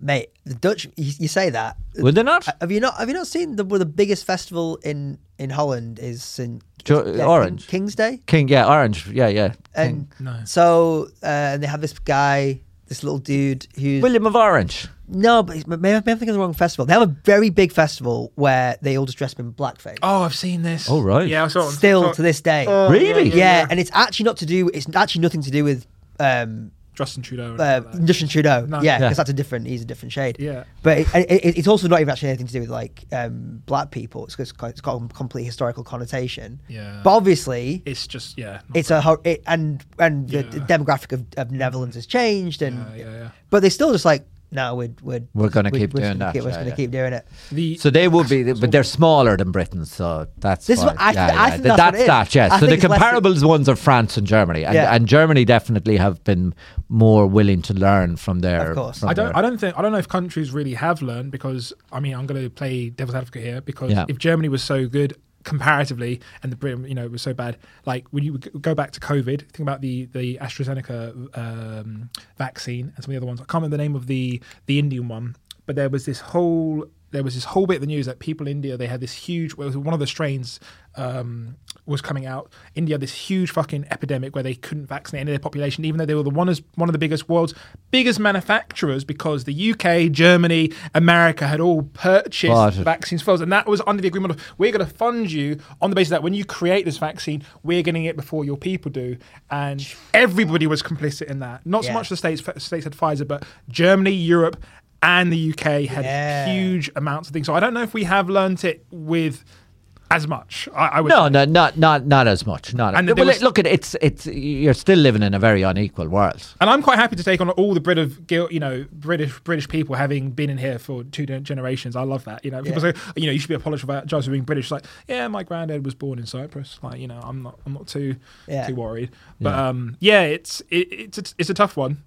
Mate, the Dutch, you, you say that.
would they not?
Have you not? Have you not seen the one of the biggest festival in in Holland is St.
Jo-
yeah, King-
Uh, Orange.
King's Day?
King, yeah, orange, yeah, yeah.
And so uh, and they have this guy, this little dude who's
William of Orange.
no, but he's- maybe I'm thinking of the wrong festival. They have a very big festival where they all just dress up in blackface.
oh, I've seen this.
Oh, right.
Yeah, I saw it. on- Oh,
Still
saw it-
to this day.
Really?
yeah, and it's actually not to do. It's actually nothing to do with um,
Justin Trudeau. and
uh,
all that.
Justin Trudeau.
No.
yeah,
Yeah.
because that's a different. He's a different shade.
Yeah.
but it, it, it- it's also not even actually anything to do with like um, black people. It's, it's, got, it's got a complete historical connotation.
Yeah.
but obviously.
it's just yeah. not-
it's a ho- it, and and the, the
Yeah.
demographic of, of Netherlands has changed and
Yeah, yeah, yeah.
but they're still just like no we're we're,
We're gonna keep
we're
doing
just gonna
that,
keep, we're just
yeah,
gonna
yeah.
keep doing it
the
So they would be, but they're smaller than Britain, so that's
This is
why-
what I- I think
Th-
that's what it is.
that. Yeah.
I
so the
think it's less-
comparables ones are France and Germany, and,
Yeah.
and Germany definitely have been more willing to learn from their.
Of course.
from
I don't.
their-
I don't think. I don't know if countries really have learned because I mean I'm going to play devil's advocate here because
Yeah.
if Germany was so good comparatively and the Britain you know was so bad, like when you g- go back to COVID, think about the the AstraZeneca um, vaccine and some of the other ones. I can't remember the name of the the Indian one, but there was this whole there was this whole bit of the news that people in India they had this huge. Well, it was one of the strains. Um, was coming out. India had this huge fucking epidemic where they couldn't vaccinate any of their population, even though they were the one, as, one of the biggest world's biggest manufacturers because the UK, Germany, America had all purchased
Bought it.
vaccines for us, and that was under the agreement of we're going to fund you on the basis that when you create this vaccine, we're getting it before your people do, and everybody was complicit in that. Not so
Yeah.
much the states, states had Pfizer, but Germany, Europe. And the UK had
Yeah.
huge amounts of things, so I don't know if we have learnt it with as much. I, I would
No,
say.
no, not not not as much. Not.
And
well,
there was-
look, it- it's it's you're still living in a very unequal world.
And I'm quite happy to take on all the Brit of guilt, you know, British British people having been in here for two gen- generations. I love that. You know, people
Yeah.
say, you know, you should be apologised for being British. It's Like, yeah, my granddad was born in Cyprus. Like, you know, I'm not, I'm not too,
Yeah.
too worried. But yeah, um, yeah it's it, it's a, it's a tough one.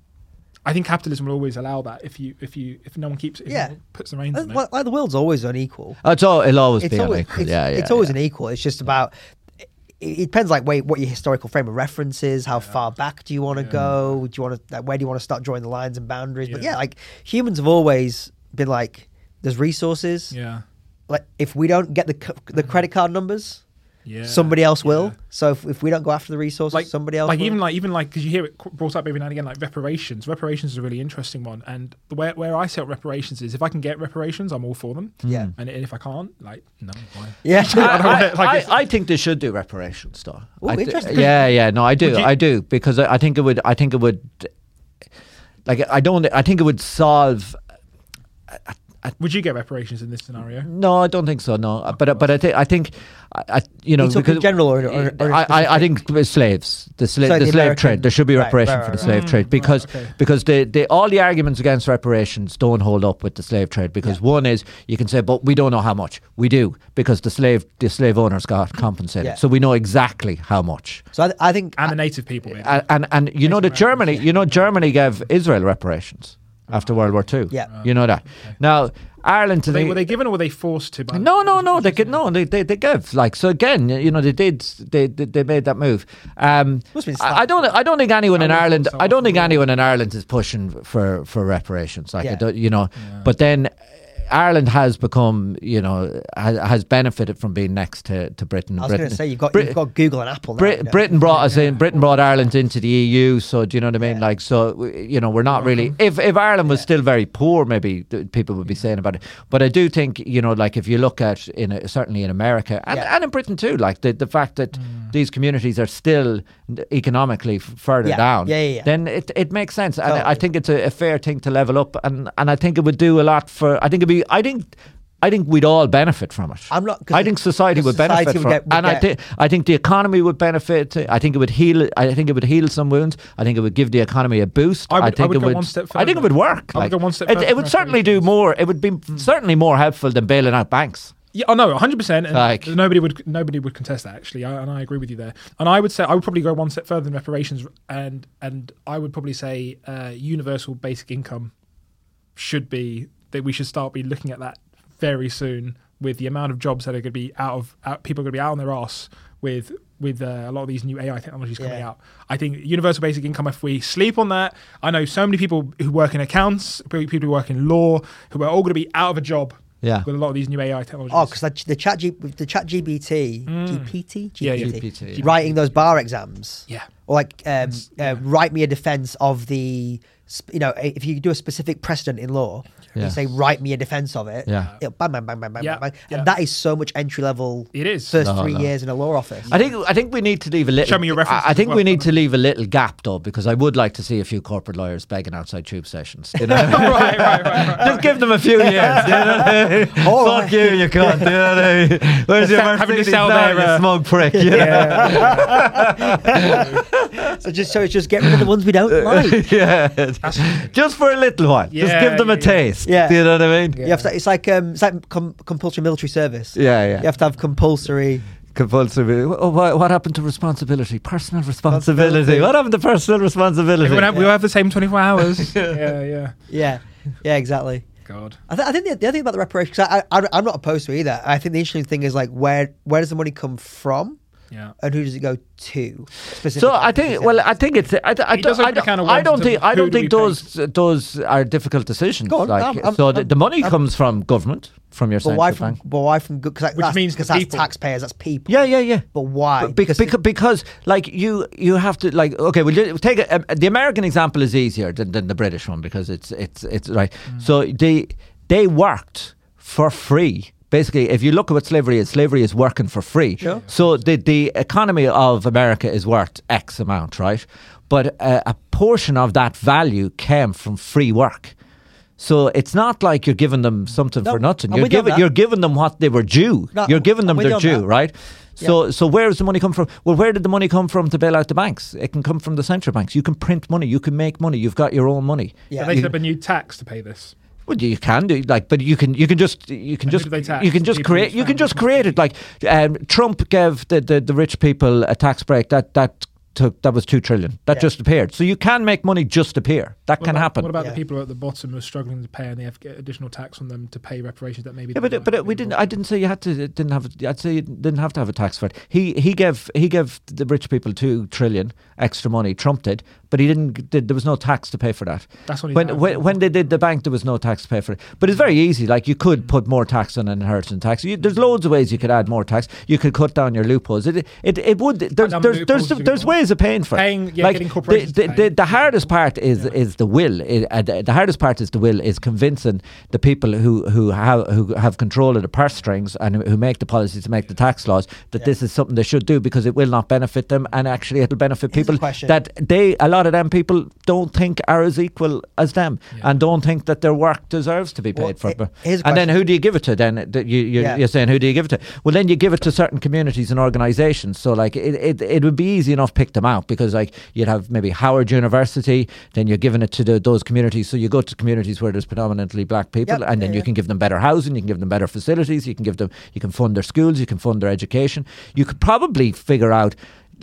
I think capitalism will always allow that if you if you if no one keeps if no
Yeah.
one puts the reins
Uh,
on
well,
it.
like the world's always unequal
Oh, It's all, it'll always
it's
be
always
unequal.
it's,
yeah, yeah.
it's always
yeah.
an equal it's just about it, it depends like wait what your historical frame of reference is how far back do you want to go do you want to like, where do you want to start drawing the lines and boundaries but
Yeah.
yeah like humans have always been like there's resources
Yeah,
like if we don't get the c- the credit card numbers
yeah.
somebody else will.
Yeah.
So if, if we don't go after the resources,
like
somebody else.
like
will.
even like even like because you hear it qu- brought up every now and again like reparations reparations is a really interesting one and the way where i sell reparations is if i can get reparations i'm all for them
Yeah.
and, and if i can't like no why
yeah,
I,
don't want it, like,
I-
it's-
I think they should do reparations, though.
Ooh,
I d-
interesting.
Yeah, yeah, no, I do,
Would you-
I do, because I, I think it would, I think it would, like, I don't, I think it would solve.
would you get reparations in this
Mm.
scenario
No, I don't think so. No, Uh, but uh, but I think I think I, I you know
You talking
because
general or- or- or
I, I I think the slaves the, sla-
Sorry,
the,
the
slave
American-
trade there should be
right,
reparation
right,
for the
right,
slave trade because
okay.
because the, the all the arguments against reparations don't hold up with the slave trade because one is you can say but we don't know how much we do because the slave the slave owners got compensated
Yeah.
so we know exactly how much
so I, I think.
and the native people maybe.
and and, and you know that Germany, you know Germany gave Israel reparations after World War II.
Yeah.
you know that. Now Ireland to
They,
the
were they given or were they forced to? By
no, no, no. They could no. They they they give like so again. You know they did. They they, they made that move. Um,
Must be
I, I don't. I don't think anyone in
That was
Ireland.
also
I don't think
awful.
anyone in Ireland is pushing for for reparations. Like I
Yeah.
don't. You know. But then. uh, Ireland has become, you know, has, has benefited from being next to, to Britain.
I was
Britain
going to say you've got
Brit-
you've got Google and Apple. Now,
Brit-
yeah.
Britain brought us in. Britain brought Ireland into the EU. So do you know what I mean? Like, so w- you know, we're
Mm-hmm.
not really. If if Ireland was still very poor, maybe th- people would be saying about it. But I do think you know, like, if you look at in a, certainly in America and,
Yeah. Mm.
and in Britain too, like the the fact that these communities are still economically f- further
Yeah.
down,
Yeah, yeah, yeah.
then it, it makes sense. And I- I
Totally.
think it's a, a fair thing to level up, and and I think it would do a lot for. I think it'd be. I think. I think we'd all benefit from it.
I'm not- 'cause
I
it-
think society
'cause
would
society
benefit
would
from,
get-
it.
would
and I
get-
think I think the economy would benefit. I think it would heal. I think it would heal some wounds. I think it would give the economy a boost.
I would- I
think
would
it
go
would.
one step
I think it
further.
would work.
I would
like,
go one step
it,
further
it
than
would certainly do
reparations.
more. It would be
Hmm.
certainly more helpful than bailing out banks.
Yeah, oh no, 100. percent And
Like-
nobody would nobody would contest that actually, I, and I agree with you there. And I would say I would probably go one step further than reparations, and and I would probably say uh, universal basic income should be that we should start be looking at that very soon with the amount of jobs that are going to be out of out, people are going to be out on their ass with with uh, a lot of these new AI technologies coming
Yeah.
out. I think universal basic income. If we sleep on that, I know so many people who work in accounts, people who work in law, who are all going to be out of a job.
Yeah.
with a lot of these new AI technologies.
Oh, because the, the chat G, with the chat GBT,
Mm.
GPT,
Yeah, yeah.
GPT, yeah.
writing those bar exams.
Yeah.
Or like, um, uh, write me a defense of the, sp- you know, if you do a specific precedent in law,
Yeah.
you say write me a defense of it.
Yeah.
It'll bang, bang, bang, bang, bang,
Uh, Yeah,
bang, bang.
yeah.
And that is so much entry level.
It is.
First
No,
three
no.
years in a law office.
I think I think we need to leave a little.
Show me your references
I, I
as
think
well,
we need
Conor.
to leave a little gap though, because I would like to see a few corporate lawyers begging outside tube sessions. You know what I mean?
right, right, right, right.
Just give them a few years. You know what I mean?
All
Fuck
right.
you, you cunt. You know what I mean? Where's your
Having to
Mercedes
sell
now,
their,
you
uh,
smug prick? You know?
so just so it's just get rid of the ones we don't like.
Uh, yeah. Just for a little while. Just
Yeah,
give them a
yeah.
taste.
Yeah.
Do you know what I mean?
You have to, it's like um, it's like com- compulsory military service.
Yeah, yeah.
You have to have compulsory.
Compulsory. Oh, what, what happened to responsibility? Personal responsibility.
Responsibility.
What happened to personal responsibility?
Everyone have, we all have the same 24 hours. yeah, yeah.
Yeah, yeah, exactly.
God.
I, th- I think the, the other thing about the reparations, 'cause I, I, I'm not opposed to it either. I think the interesting thing is like where where does the money come from,
Yeah.
and who does it go to? Specifically,
So I think. Well, I think it's. I, I,
It does
don't, I,
open a
don't,
can of
I
worms
don't
in terms
think.
of
I
who
don't
do we
think those those are difficult decisions.
Go on,
like,
I'm- I'm-
so the, the money
I'm-
comes from government, from your
but
central
why from
bank.
but why from good? Cause that,
Which
that's,
means
because
the
that's
people.
taxpayers, that's people.
Yeah, yeah, yeah.
But why?
Because, because, because like you you have to like okay well ju- take a, a, the American example is easier than, than the British one because it's it's it's right
Mm.
so they they worked for free basically if you look at what slavery is slavery is working for free
Sure.
so the the economy of America is worth X amount right but uh, a, a portion of that value came from free work. So it's not like you're giving them something
No,
for nothing.
I'm
You're
with you on
giving
that.
you're giving them what they were due.
No,
you're giving
I'm
them
with you
their
on
due,
that.
right? So so where does the money come from? Well, where did the money come from to bail out the banks? It can come from the central banks. You can print money. You can make money. You've got your own money.
Yeah.
So they
You-
set up a new tax to pay this.
well, you can do like, but you can you can just you can
And who
just
do they tax?
you can just
People
create
whose
you can just
families
create it. Like um, Trump gave the, the the rich people a tax break that that took that was two trillion that just appeared. So you can make money just appear. That
What
can
about,
happen.
What about the
Yeah.
people who are at the bottom who are struggling to pay and they have to get additional tax on them to pay reparations that maybe
Yeah,
they
but
might
but
not
we
be
didn't.
able
I didn't say you had to didn't have. I'd say you didn't have to have a tax for it. He he gave he gave the rich people two trillion extra money. Trump did, but he didn't. Did, there was no tax to pay for that.
That's what he
when
did.
when, when they did the bank, there was no tax to pay for it. But it's very easy. Like you could put more tax on inheritance tax. You, there's loads of ways you could add more tax. You could cut down your loopholes. It it, it would. There's
down
there's there's,
loopholes if
there's,
you want.
ways of paying for
Paying,
it.
yeah, getting corporations
the,
to
the,
pay.
the, the hardest part is is the will. It, uh, the, the hardest part is the will is convincing the people who who have who have control of the purse strings and who make the policies, to make the tax laws, that this is something they should do because it will not benefit them, and actually it'll benefit
Here's a
people
question.
that they a lot of them people don't think are as equal as them, and don't think that their work deserves to be
Well,
paid for.
he- here's a
and then
question.
who do you give it to? Then That you, you
Yeah.
you're saying who do you give it to? Well, then you give it to certain communities and organisations. So like it, it, it would be easy enough to pick them out because like you'd have maybe Howard University, then you're giving it to the, those communities. So you go to communities where there's predominantly black people,
Yep,
and then
yeah,
you
yeah.
can give them better housing, you can give them better facilities, you can give them you can fund their schools, you can fund their education. You could probably figure out.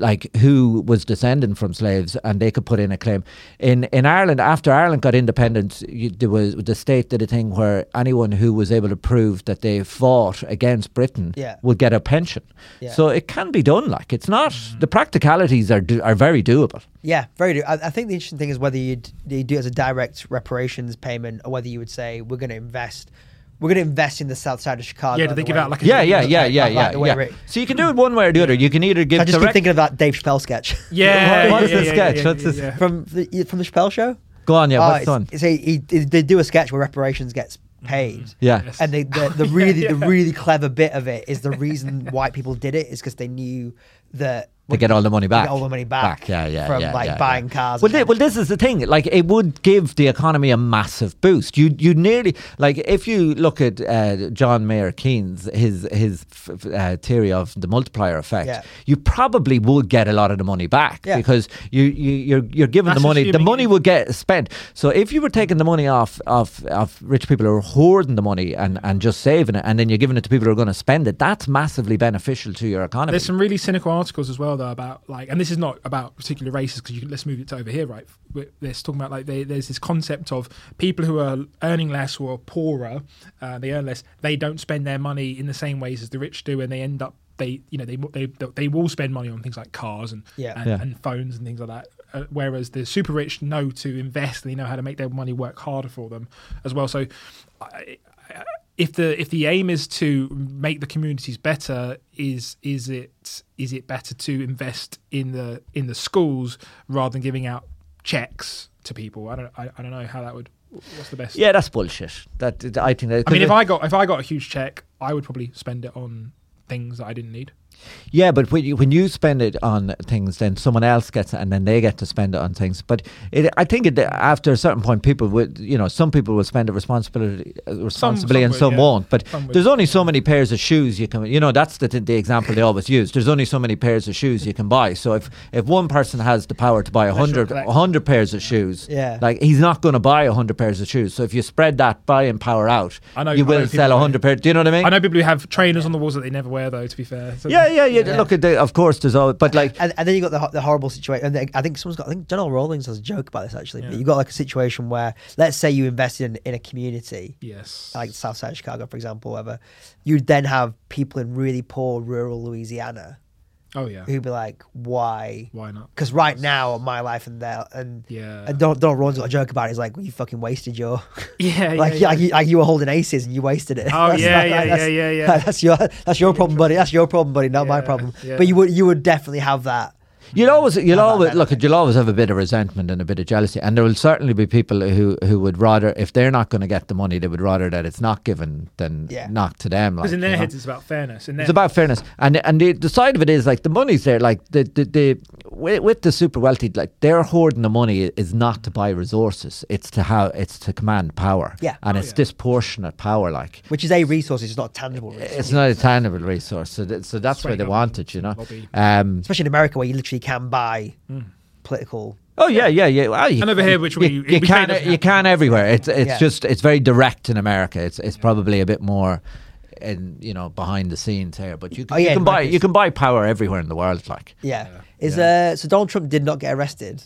like who was descended from slaves, and they could put in a claim. In in Ireland, after Ireland got independence, you, there was the state did a thing where anyone who was able to prove that they fought against Britain
Yeah.
would get a pension.
Yeah. Mm-hmm.
So it can be done. Like it's not the practicalities are do, are very doable.
Yeah, very. Do- I, I think the interesting thing is whether you'd, you do it as a direct reparations payment or whether you would say we're going to invest, we're going to invest in the south side of Chicago.
Yeah, do they
the
give
way-
out like a
Yeah, yeah, yeah,
like-
yeah,
like
yeah,
the way
yeah.
Rick-
So you can do it one way or the other. You can either give
I just keep
direct.
thinking about Dave Chappelle sketch
Yeah.
What's
yeah,
the
yeah,
sketch?
yeah,
What's
yeah,
the-
yeah.
from the from the Chappelle show.
Go on, yeah.
Oh,
what's
it's-
done?
it's a- he- they do a sketch where reparations gets paid.
Mm. Yeah.
Yes.
And they, the, the
Yeah,
really the
yeah.
really clever bit of it is the reason white people did it is because they knew that
They get all the money back.
Get all the money back.
Yeah, yeah,
From
yeah,
like
yeah,
buying
yeah.
cars.
Well, thi-
and-
well, this is the thing. Like, it would give the economy a massive boost. You, you nearly like if you look at uh, John Mayer Keynes, his his f- f- uh, theory of the multiplier effect.
Yeah.
You probably would get a lot of the money back
Yeah.
because you you you're, you're given
That's
the money. The
assuming
money
it-
would get spent. So if you were taking the money off of of rich people who are hoarding the money and and just saving it, and then you're giving it to people who are going to spend it, that's massively beneficial to your economy.
There's some really cynical articles as well, though, about like, and this is not about particular races because you can let's move it to over here, right? But They're talking about like they, there's this concept of people who are earning less, who are poorer, uh, they earn less, they don't spend their money in the same ways as the rich do, and they end up they you know they they they will spend money on things like cars and
Yeah.
and,
Yeah.
and phones and things like that. Uh, whereas the super rich know to invest, and they know how to make their money work harder for them as well. So. I, if the if the aim is to make the communities better, is is it is it better to invest in the in the schools rather than giving out checks to people? I don't I, I don't know how that would what's the best.
yeah, that's bullshit. That I think. That,
I mean, if I got if I got a huge check, I would probably spend it on things that I didn't need.
Yeah, but when you, when you spend it on things, then someone else gets it, and then they get to spend it on things. But it, I think it, after a certain point, people would, you know, some people will spend it responsibility, uh, responsibly,
some
and
will,
some
yeah.
won't. But
Some will.
there's only so many pairs of shoes you can, you know, that's the, the example they always use. There's only so many pairs of shoes you can buy. So if if one person has the power to buy a
Unless you're
hundred
collect-
a hundred pairs of shoes,
Yeah.
like he's not going to buy a hundred pairs of shoes. So if you spread that buying power out,
I know-
you
I know
will
people
sell a
who-
hundred pairs. Do you know what I mean?
I know people who have trainers on the walls that they never wear, though. To be fair, So-
Yeah, yeah, yeah.
Yeah.
Look, at the, of course, there's always, but like,
and, and then you got the, ho- the horrible situation. And then I think someone's got. I think Donald Rawlings has a joke about this actually. But you got like a situation where, let's say, you invested in, in a community
Yes.
like South Side of Chicago, for example, whatever. You'd then have people in really poor rural Louisiana
oh yeah.
who'd be like, "Why?
Why not?
Because right now, my life and their and
Yeah.
and Donald, Donald Rawlings got a joke about. it. He's like, well, "You fucking wasted your
Yeah,
like,
yeah,
like, you, like you were holding aces and you wasted it."
Oh, yeah,
like-
yeah,
like,
yeah, yeah, yeah.
That's your that's your problem, buddy. That's your problem, buddy. Not my
Yeah,
problem.
yeah.
But you would you would definitely have that.
You'll always, you'll
How about
always
that?
look. You'll always have a bit of resentment and a bit of jealousy, and there will certainly be people who who would rather, if they're not going to get the money, they would rather that it's not given than
Yeah.
not to them.
Because
Like,
in
you
their
know?
heads, it's about fairness. In their
it's about fairness, and and the, the side of it is like the money's there. Like the the, the with, with the super wealthy, like their hoarding the money is not to buy resources. It's to how it's to command power.
Yeah.
and
Oh,
it's
yeah.
disproportionate power. Like
Which is a resource, it's not a tangible resource.
it's not a tangible resource. So th- so that's why
Straight
they
up
want it. You know.
lobby.
Um.
especially in America, where you literally can buy political.
Oh yeah, yeah, yeah. Well, you,
And over here, which
you,
we-
you,
we say
can
doesn't
you
happen.
can everywhere. It's it's
Yeah.
just it's very direct in America. It's it's probably a bit more, in you know behind the scenes here. But you can,
Oh, yeah,
you
in
can buy
America
you can buy power everywhere in the world. Like
Yeah,
Yeah.
is uh so Donald Trump did not get arrested.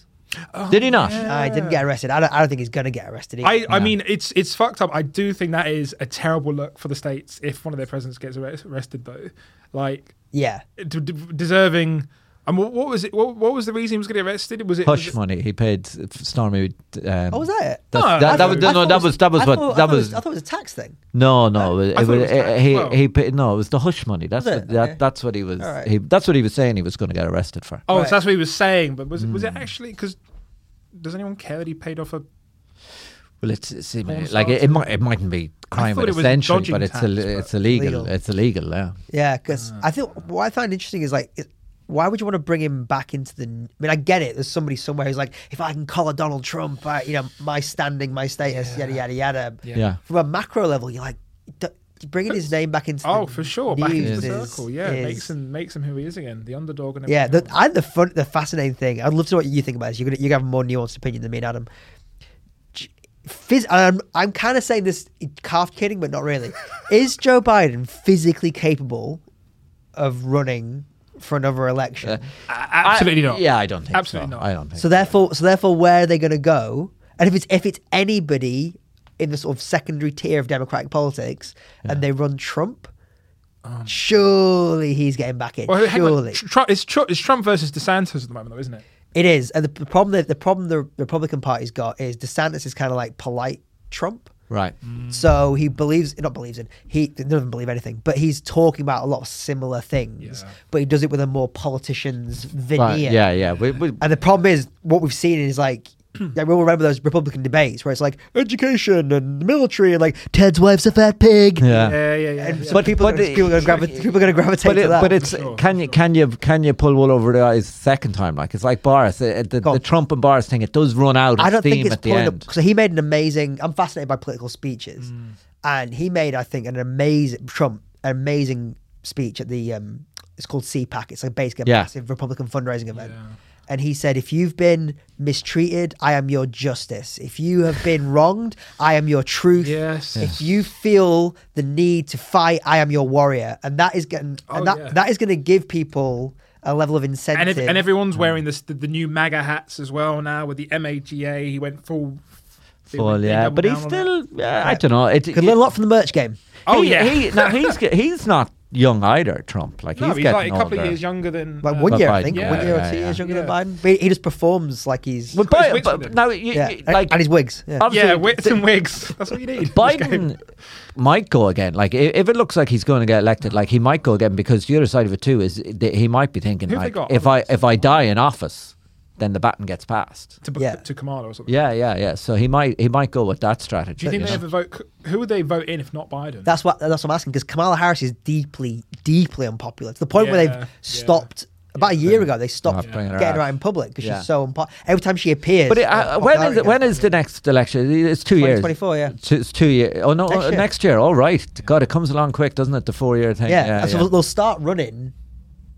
Oh,
did he not?
I didn't get arrested. I don't. I don't think he's gonna get arrested. Either.
I, I mean, it's it's fucked up. I do think that is a terrible look for the states if one of their presidents gets arre- arrested, though. Like,
yeah.
d- d- deserving. And what, what was it? What, what was the reason he was getting arrested? Was it was
Hush
it-
money. He paid Stormy. Um,
Oh, was that it?
That's,
No,
that,
I
that
thought-
was
I
no,
thought
that
it
was that was
I
what
thought- I
that
thought it
was.
I thought it was a tax thing.
No, no, it,
I
it
thought it
was,
was tax
he,
as well.
he paid, no, it was the hush money. That's
Was
what,
it?
that,
Okay.
that's what he was.
All right.
He, that's what he was saying. He was going to get arrested for.
Oh,
Right.
so that's what he was saying. But was was it actually? Because does anyone care that he paid off a?
Well, it's, it's it-
Porn
like it,
stars
it
and-
might it mightn't be crime
thought
of
it
the
was
century,
dodging
but it's
tax,
Ill-
but-
it's illegal.
Legal.
It's illegal. Yeah.
Yeah,
Ah.
because I think what I find interesting is like, it, why would you want to bring him back into the? I mean, I get it. There's somebody somewhere who's like, if I can collar Donald Trump, I, you know, my standing, my status, yada yada yada.
Yeah.
Yeah.
From a macro level, you're like, d- bringing his name back into
Oh,
the
for sure, back into
news
the
is-
circle. Yeah,
is-
makes him makes him who he is again, the underdog. And
Yeah, the,
everything else.
I, the fun, the fascinating thing. I'd love to know what you think about this. You're gonna, you're gonna have a more nuanced opinion than me and Adam. J- Phys- I'm, I'm kind of saying this half kidding, but not really. Is Joe Biden physically capable of running for another election.
absolutely
I-
not.
Yeah, I don't think
Absolutely
so.
not.
I don't think
So therefore, so therefore, where are they going to go? And if it's if it's anybody in the sort of secondary tier of democratic politics, and they run Trump, surely he's getting back in.
Um. Well, hang on.
surely
Tr- Tr- it's, Tr- it's Trump versus DeSantis at the moment, though, isn't it?
it is. And the, the problem that the problem the Republican Party's got is DeSantis is kind of like polite Trump.
Right.
Mm.
So he believes, not believes in, he none of them believe anything, but he's talking about a lot of similar things,
Yeah.
but he does it with a more politician's veneer.
Right. Yeah, yeah. We, we,
And the problem is, what we've seen is like, yeah, we all remember those Republican debates where it's like education and the military and like Ted's wife's a fat pig.
yeah.
Yeah, yeah, yeah.
And
yeah.
so
But-
people,
but it-
people, are gonna gravi- people are going to gravitate
But,
to
it,
that.
but it's
sure,
can you can you can you pull wool over the eyes second time like it's like Boris uh, the,
Go on.
the Trump and Boris thing it does run out of
I don't
steam
think it's
at the
pulling
end
up. So he made an amazing. I'm fascinated by political speeches, and he made, I think, an amazing Trump, an amazing speech at the. Um, it's called CPAC. It's like basically a
Yeah.
massive Republican fundraising event. And he said, if you've been mistreated, I am your justice. If you have been wronged, I am your truth.
Yes.
If you feel the need to fight, I am your warrior. And that is getting,
Oh,
and that,
yeah.
that is going to give people a level of
And,
incentive.
ev- and everyone's wearing this, the, the new MAGA hats as well now with the MAGA. He went full. they
Full,
went- they
yeah
doubled
but he's
down on that.
still yeah, I don't know it,
could learn a lot from the merch game.
Oh,
he-
yeah.
he, no he's ge- he's not young either Trump like
No,
he's,
he's,
getting
like a couple
older.
of years younger than.
Like
uh,
one
But
year, I
Biden,
think.
yeah,
one year
yeah,
or two
yeah.
years younger
Yeah.
than Biden. But he just performs like he's.
Well,
Chris
Bi-
Wicks
but
with him.
now you,
yeah.
you- like
and his wigs. Yeah.
obviously-
Yeah, wits and wigs. That's what you need.
Biden might go again. Like i- if it looks like he's going to get elected, like he might go again because the other side of it too is that he might be thinking
Who've they
like,
got?
if I if I die in office, then the baton gets passed.
To,
Yeah.
to Kamala or something.
Yeah, yeah, yeah. So he might he might go with that strategy.
Do you think
you
they
know?
ever vote? Who would they vote in if not Biden?
That's what that's what I'm asking because Kamala Harris is deeply, deeply unpopular to the point where
Yeah,
they've
yeah.
stopped. About a year ago, they stopped
bringing her
getting her
out.
out in popuc because
Yeah.
she's so unpopular. Every time she appears,
But it,
her
uh, when is
popularity
it, when
goes
is the next election? It- It's two years.
2024, yeah.
It's- It's two years. Oh no,
Next
next
year.
year. All right. God, it comes along quick, doesn't it? The four year thing.
Yeah, and so they'll start running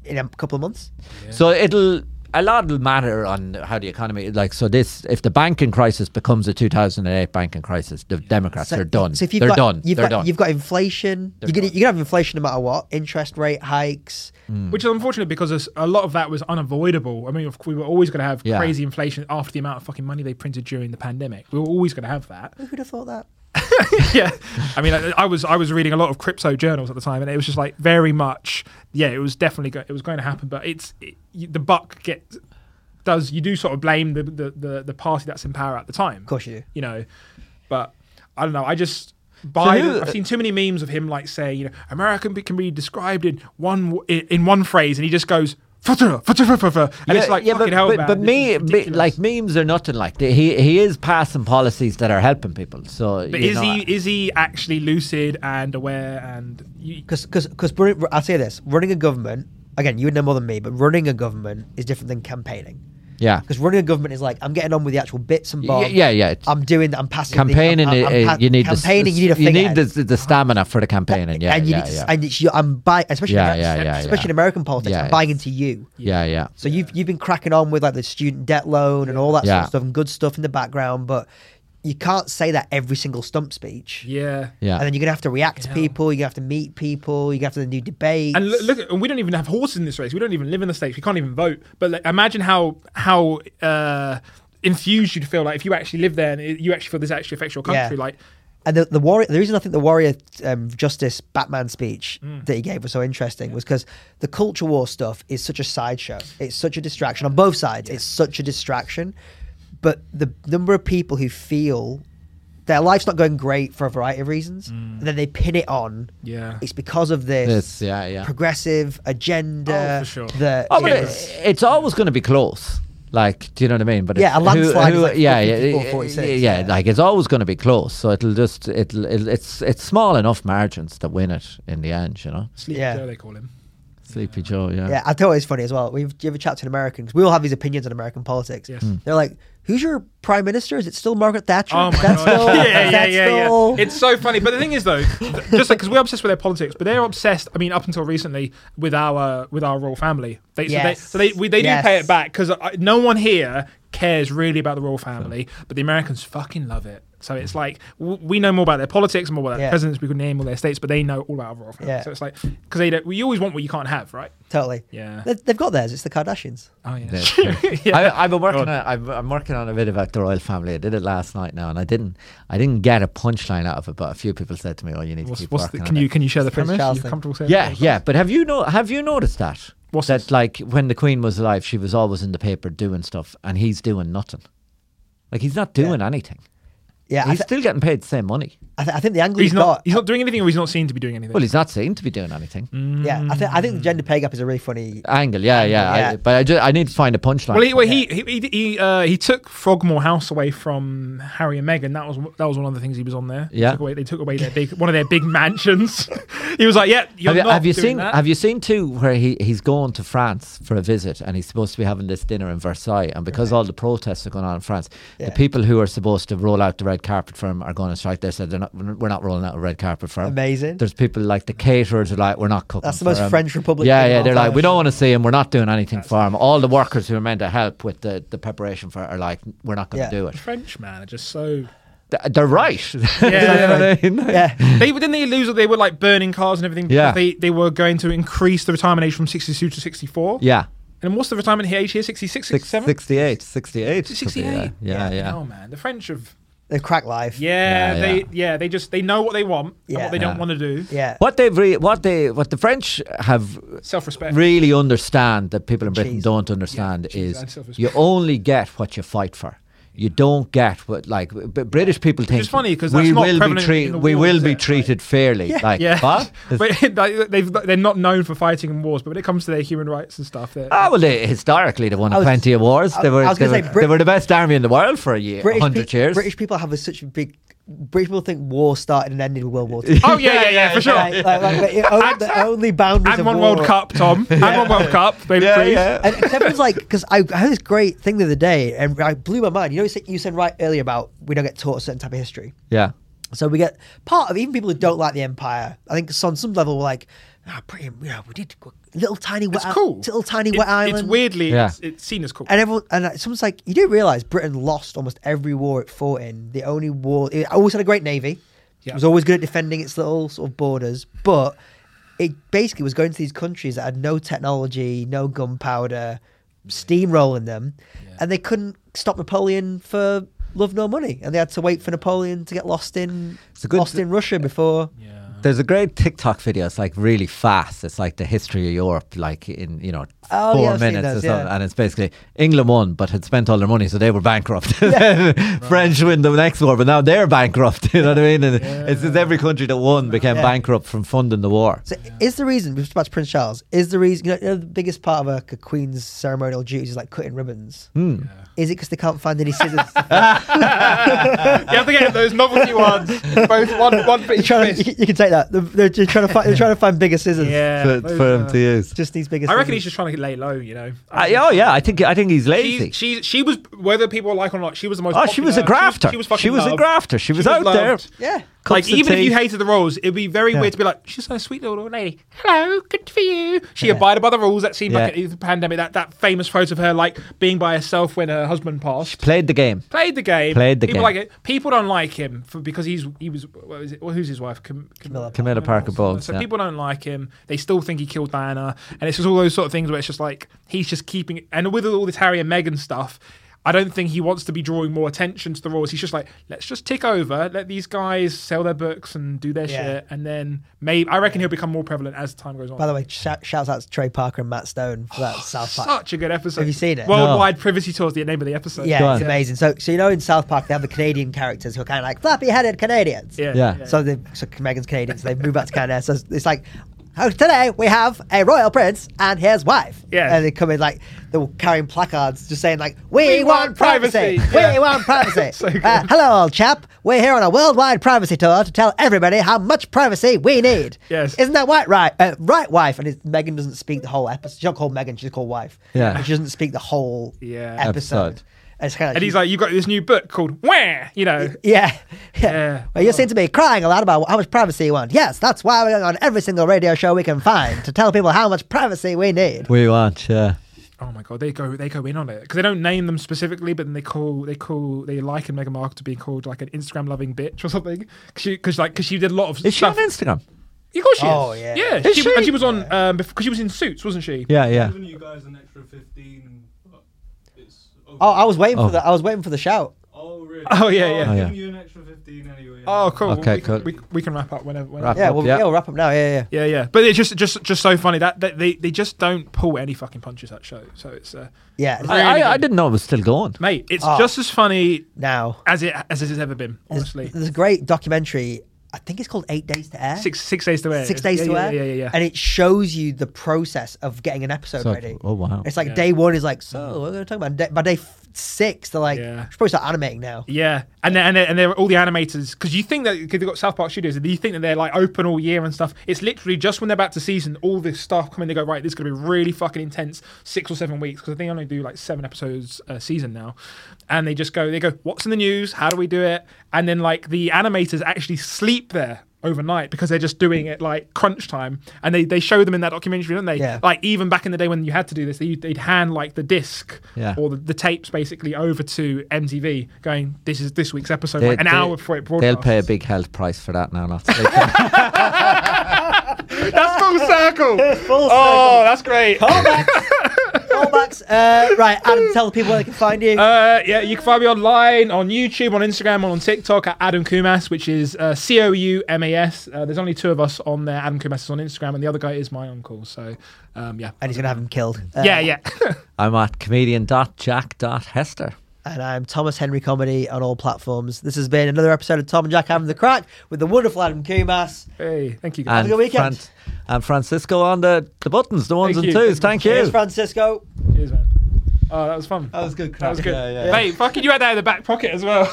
in a couple of months.
So it'll a lot will matter on how the economy like. So this, if the banking crisis becomes a 2008 banking crisis, the Democrats
So-
are done.
So if you've
They're
got,
done.
You've
They're
got
done.
you've got inflation. You're gonna,
done. Mm.
you're gonna have inflation no matter what. Interest rate hikes.
Hmm.
Which is unfortunate because there's- a lot of that was unavoidable. I mean, of- we were always going to have
Yeah.
crazy inflation after the amount of fucking money they printed during the pandemic. We were always going to have that.
Who'd have thought that?
yeah, I mean, I, I was I was reading a lot of crypto journals at the time, and it was just like very much, yeah, it was definitely go- it was going to happen. But it's it, you, the buck gets does you do sort of blame the, the the the party that's in power at the time. Of
course you do.
you know, but I don't know. I just. Biden,
who-
I've seen too many memes of him like saying, you know, America can be, can be described in one w- in in one phrase, and he just goes, "Futter, futter, futter, futter," and it's like
yeah,
fucking
but,
hell,
but,
man,
but
this
me,
is
me-
ridiculous."
like memes are nothing like that. he he is passing policies that are helping people. So
but
you
is
know,
he is he actually lucid and aware and you,
Because because I'll say this: running a government again, you would know more than me, but running a government is different than campaigning.
Yeah.
Because running a government is like I'm getting on with the actual bits and bobs.
yeah, yeah.
I'm doing. I'm passing. the- I'm-
Campaigning,
I'm- I'm
uh,
pa-
you need the,
campaigning. you need a
you
figurehead.
need the, the stamina for the campaigning. Yeah,
and you
yeah,
need to,
yeah.
and it's your, I'm buying, especially,
Yeah,
in,
yeah, yeah,
especially
yeah.
in American politics,
Yeah,
I'm
it's-
buying into you.
yeah, yeah.
So you've you've been cracking on with like the student debt loan and all that sort
Yeah.
of stuff and good stuff in the background, but you can't say that every single stump speech.
yeah,
Yeah.
And then you're gonna have to react to
Yeah.
people. You're gonna have to meet people. You're gonna have to do debates.
And look, look at, and we don't even have horses in this race. We don't even live in the states. We can't even vote. But like, imagine how how uh, infused you'd feel like if you actually live there and it, you actually feel this actually affects your country.
Yeah.
Like,
And the, the warrior, the reason I think the warrior um, justice Batman speech
Mm.
that he gave was so interesting was because the culture war stuff is such a sideshow. It's such a distraction on both sides. It's such a distraction. But the number of people who feel their life's not going great for a variety of reasons, and then they pin it on.
Mm. Yeah.
it's because of this.
This, yeah, yeah.
Progressive
Oh,
agenda.
for sure.
The
Oh, but
you know,
it, it's always going to be close. Like, do you know what I mean? But
Yeah,
it's-
a landslide is like
yeah, yeah,
54,
yeah,
46,
yeah,
yeah.
Like, it's always going to be close. So it'll just it'll, it'll it's it's small enough margins that win it in the end. You know,
Sleepy
Yeah.
Joe, they call him.
Sleepy Joe. Yeah.
Yeah, I tell you it's funny as well. We've do you ever chat to an American 'cause we all have these opinions on American politics.
Yes. Hmm.
They're like, "Who's your prime minister? Is it still Margaret Thatcher?
Oh my god!
that's still,
yeah, yeah,
that's
yeah, yeah.
still-
It's so funny. But the thing is, though, th- just like because we're obsessed with their politics, but they're obsessed. I mean, up until recently, with our with our royal family. They,
Yes.
so they so they, we, they
Yes.
do pay uh, it back because no one here cares really about the royal family, but the Americans fucking love it. So it's like w- we know more about their politics, more about their
Yeah.
presidents, we can name all their states, but they know all about overall family.
Yeah.
So it's like because they don't, we always want what you can't have, right?
Totally.
Yeah.
They- They've got theirs. It's the Kardashians.
Oh yeah.
That's true.
Yeah.
I, I've been working.
Go on.
On, I've, I'm working on a bit about the royal family. I did it last night now, and I didn't. I didn't get a punchline out of it, but a few people said to me, "Oh, you need to
What's,
keep
what's the,
working."
can
on
you
it.
can you share the
Prince
premise?
Charles
you
thing.
comfortable saying?
Yeah, yeah. But have you know? Have you noticed that?
What's
that
this?
like when the Queen was alive, she was always in the paper doing stuff, and he's doing nothing. Like he's not doing anything.
Yeah, I,
He's
th-
still getting paid the same money.
I, th- I think the angle
He's
you've
not.
got.
He's not doing anything, or he's not seen to be doing anything.
Well, he's not seen to be doing anything.
Mm.
yeah, I think I think the gender pay gap is a really funny.
Angle, yeah, yeah. I,
yeah.
but I, ju- I need to find a punchline.
Well, he, well, he he he he, uh, he took Frogmore House away from Harry and Meghan. That was that was one of the things he was on there. He
Yeah.
took away, they took away their big one of their big mansions. he was like, "Yeah, you're
have you,
not
have you
doing
seen
that."
have you seen too where he, he's going to France for a visit and he's supposed to be having this dinner in Versailles and because all the protests are going on in France
Yeah.
the people who are supposed to roll out the red carpet for him are going to strike they said they're not we're not rolling out a red carpet for him
Amazing.
there's people like the caterers are like we're not cooking
That's the
for
most
him."
French Republic
yeah
thing
yeah
I've
they're like
heard.
we don't want to see him we're not doing anything for him all the workers who are meant to help with the, the preparation for it are like we're not going
Yeah.
to do it
French man are just so.
Th- they're right
Yeah.
You know what I mean?
Yeah,
they didn't they lose that they were like burning cars and everything. because
Yeah.
they they were going to increase the retirement age from sixty two to sixty four.
yeah
And what's the retirement age here? 66,
Six,
67?
68 68 could be, uh,
68.
yeah yeah, yeah.
Oh man, the French have.
the crack life.
Yeah,
Yeah,
they
yeah.
yeah. they just they know what they want and
Yeah.
what they don't
Yeah.
want to do.
yeah.
What they've re- what they what the French have
Self respect.
really understand that people in Britain
Cheese.
don't understand
Yeah, cheese and
is
self-respect.
you only get what you fight for. You don't get what like but British people think.
is funny 'cause
we
that's not
will be
prevalent in
treated
the
we
war,
will
is
be
it?
treated fairly. Like
Yeah,
what?
but they- they've they're not known for fighting in wars, but when it comes to their human rights and stuff, they're
Ah, well, they, historically they won
I was-
plenty of wars.
I-
They were,
I was
they,
gonna
were
say Brit-
they were the best army in the world for a year,
British
hundred
pe-
years.
British people have a, such a big. British people think war started and ended with World War Two.
oh yeah, yeah, yeah, for sure.
Like, like, like, like, it- only- the only boundaries
And
of
one
war.
World Cup, Tom. And one World Cup, baby.
Yeah,
please.
yeah.
And everyone's like, because I, I had this great thing the other day, and I blew my mind. You know, you said, you said right earlier about we don't get taught a certain type of history.
yeah.
So we get part of even people who don't like the empire. I think on some level we're like, ah, pretty, you know, we did little tiny wet,
It's cool.
little tiny
It-
wet island.
It's weirdly
Yeah.
it's, it's seen as cool.
And everyone, and like, someone's like, you do realize Britain lost almost every war it fought in. The only war, it always had a great navy.
Yeah.
It was always good at defending its little sort of borders, but it basically was going to these countries that had no technology, no gunpowder, steamrolling them, and they couldn't stop Napoleon for love nor money, and they had to wait for Napoleon to get lost in
a good-
lost in Russia before.
yeah.
There's a great TikTok video. It's like really fast. It's like the history of Europe, like in you know
Oh,
four
yeah, I've seen
minutes,
those,
or something.
yeah.
and it's basically England won, but had spent all their money, so they were bankrupt. French win the next war, but now they're bankrupt. You know what I mean? And it's, it's every country that won became
Yeah.
bankrupt from funding the war.
So is the reason we have about Prince Charles? Is the reason you know, you know, the biggest part of a, a queen's ceremonial duties is like cutting ribbons?
Hmm.
Is it because they can't find any scissors?
You have to get those novelty ones. Both one one
They're
bit
trying to- you, you can take that. They're, they're just trying to find. They're trying to find bigger scissors.
Yeah. uh,
for,
those
for him
are-
to use.
Just these bigger.
I reckon he's
scissors.
just trying to lay low, you know.
I, oh yeah, I think I think he's lazy.
She, she she was whether people like her or not, she was the most.
oh, she was a
popular.
grafter.
She was,
she
fucking
was a
loved.
grafter. She was
was
out there.
loved.
Yeah.
Cups
Like
of
even if
tea.
you hated the rules, it'd be very weird to be like, she's so sweet little lady. Hello, good for you. She abided by the rules. That seemed like
Yeah.
in the pandemic. That that famous photo of her like being by herself when her husband passed.
played the game.
Played the game.
Played the
people
game.
Like it. People don't like him for, because he's he was what was it, well, who's his wife? Cam- Camilla.
Camilla Parker Bowles,
So
yeah.
people don't like him. They still think he killed Diana, and it's just all those sort of things where it's just like he's just keeping. And with all this Harry and Meghan stuff, I don't think he wants to be drawing more attention to the royals. He's just like, let's just tick over, let these guys sell their books and do their
Yeah.
shit, and then maybe I reckon he'll become more prevalent as time goes on.
By the way, shout, shouts out to Trey Parker and Matt Stone for that South Park.
Oh, Such a good episode.
Have you seen it?
Worldwide Privacy Tours, the name of the episode.
Yeah,
Go
it's
on.
amazing. So, so you know, in South Park, they have the Canadian characters who are kind of like flappy-headed Canadians.
Yeah.
Yeah.
So they, so Megan's Canadian, so they move back to Canada. So it's- it's like, oh, today we have a royal prince and his wife.
Yeah.
And they come in like they were carrying placards, just saying like, we,
We
want,
want
privacy,
privacy."
we
Yeah.
want privacy.
So good.
Uh, hello, old chap. We're here on a worldwide privacy tour to tell everybody how much privacy we need.
Yes.
Isn't that white right? Uh, right, wife. And it's, Megan doesn't speak the whole episode. She's not called Megan. She's called wife.
Yeah.
She doesn't speak the whole
Yeah.
episode.
Episode.
And, it's kinda
And he's like, you got this new book called Where, you know.
yeah. yeah.
Yeah.
Well, you seem to be crying a lot about how much privacy you want. Yes, that's why we're on every single radio show we can find to tell people how much privacy we need.
We want, yeah.
oh my god, they go they go in on it because they don't name them specifically, but then they call they call they liken Meghan Markle to being called like an Instagram loving bitch or something because like because she did a lot of
Is she on
stuff.
Instagram?
Of course she
Oh,
is.
yeah.
yeah.
Is
she, was- and
she?
she was on um because she was in Suits, wasn't she?
Yeah, yeah.
Giving you guys an extra 15, but it's. Okay.
Oh, I was waiting
Oh.
for the I was waiting for the shout.
Oh, really?
Oh, yeah, yeah.
I'm
Oh, yeah.
Giving you an extra 15 anyway.
Oh, cool.
Okay,
we,
cool.
can- We, we can wrap up whenever. whenever.
Wrap
Yeah,
up,
we'll,
Oh, yeah.
yeah. we'll wrap up now. Yeah, yeah.
Yeah, yeah, but it's just, just, just so funny that, that they, they just don't pull any fucking punches that show. So it's, uh,
Yeah, it's
I,
Really
I, I
good.
didn't know it was still going.
mate, it's
Oh.
just as funny
now.
as it as it has ever been. Honestly,
There's a great documentary. I think it's called Eight Days to Air.
six six days to air.
Six days
yeah,
to
yeah,
air.
Yeah, yeah, yeah.
And it shows you the process of getting an episode
So-
ready.
oh, wow.
It's like
Yeah.
day one is like, so what are going to talk about? And day- by day f- six, they're like,
Yeah.
we should probably start animating now.
yeah, and then, and then, and then all the animators because you think that because they've got South Park Studios, and you think that they're like open all year and stuff. It's literally just when they're back to season, all this stuff come in. They go right, this is gonna be really fucking intense, six or seven weeks because I think they only do like seven episodes a season now, and they just go they go what's in the news, how do we do it, and then like the animators actually sleep there overnight because they're just doing it like crunch time and they, they show them in that documentary don't they
Yeah.
like even back in the day when you had to do this they, they'd hand like the disc
Yeah.
or the, the tapes basically over to MTV going this is this week's episode like, an
They-
hour
they-
before it
They'll
broadcasts
pay a big health price for that now. Not they,
that's full circle
Full
oh that's great
Callbacks. Uh, right, Adam, tell the people where they can find you.
Uh, yeah, you can find me online on YouTube, on Instagram, and on TikTok at Adam Kumas, which is uh, C O U M A S. Uh, there's only two of us on there. Adam Kumas is on Instagram, and the other guy is my uncle. So, um, yeah,
and he's going to have him killed. Uh,
yeah, yeah.
I'm at comedian.jack.hester.
And I'm Thomas Henry Comedy on all platforms. This has been another episode of Tom and Jack having the crack with the wonderful Adam Kumas.
hey, thank you. Guys.
And,
good weekend.
and Francisco on the, the buttons, the ones
Thank
and
you.
twos. Thank
Cheers,
you.
Francisco.
Cheers, man. Oh, that was fun.
That was good crack.
That was good.
Yeah,
Yeah,
yeah.
Mate, fucking you had that in the back pocket as well.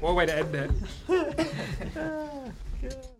what a way to end it.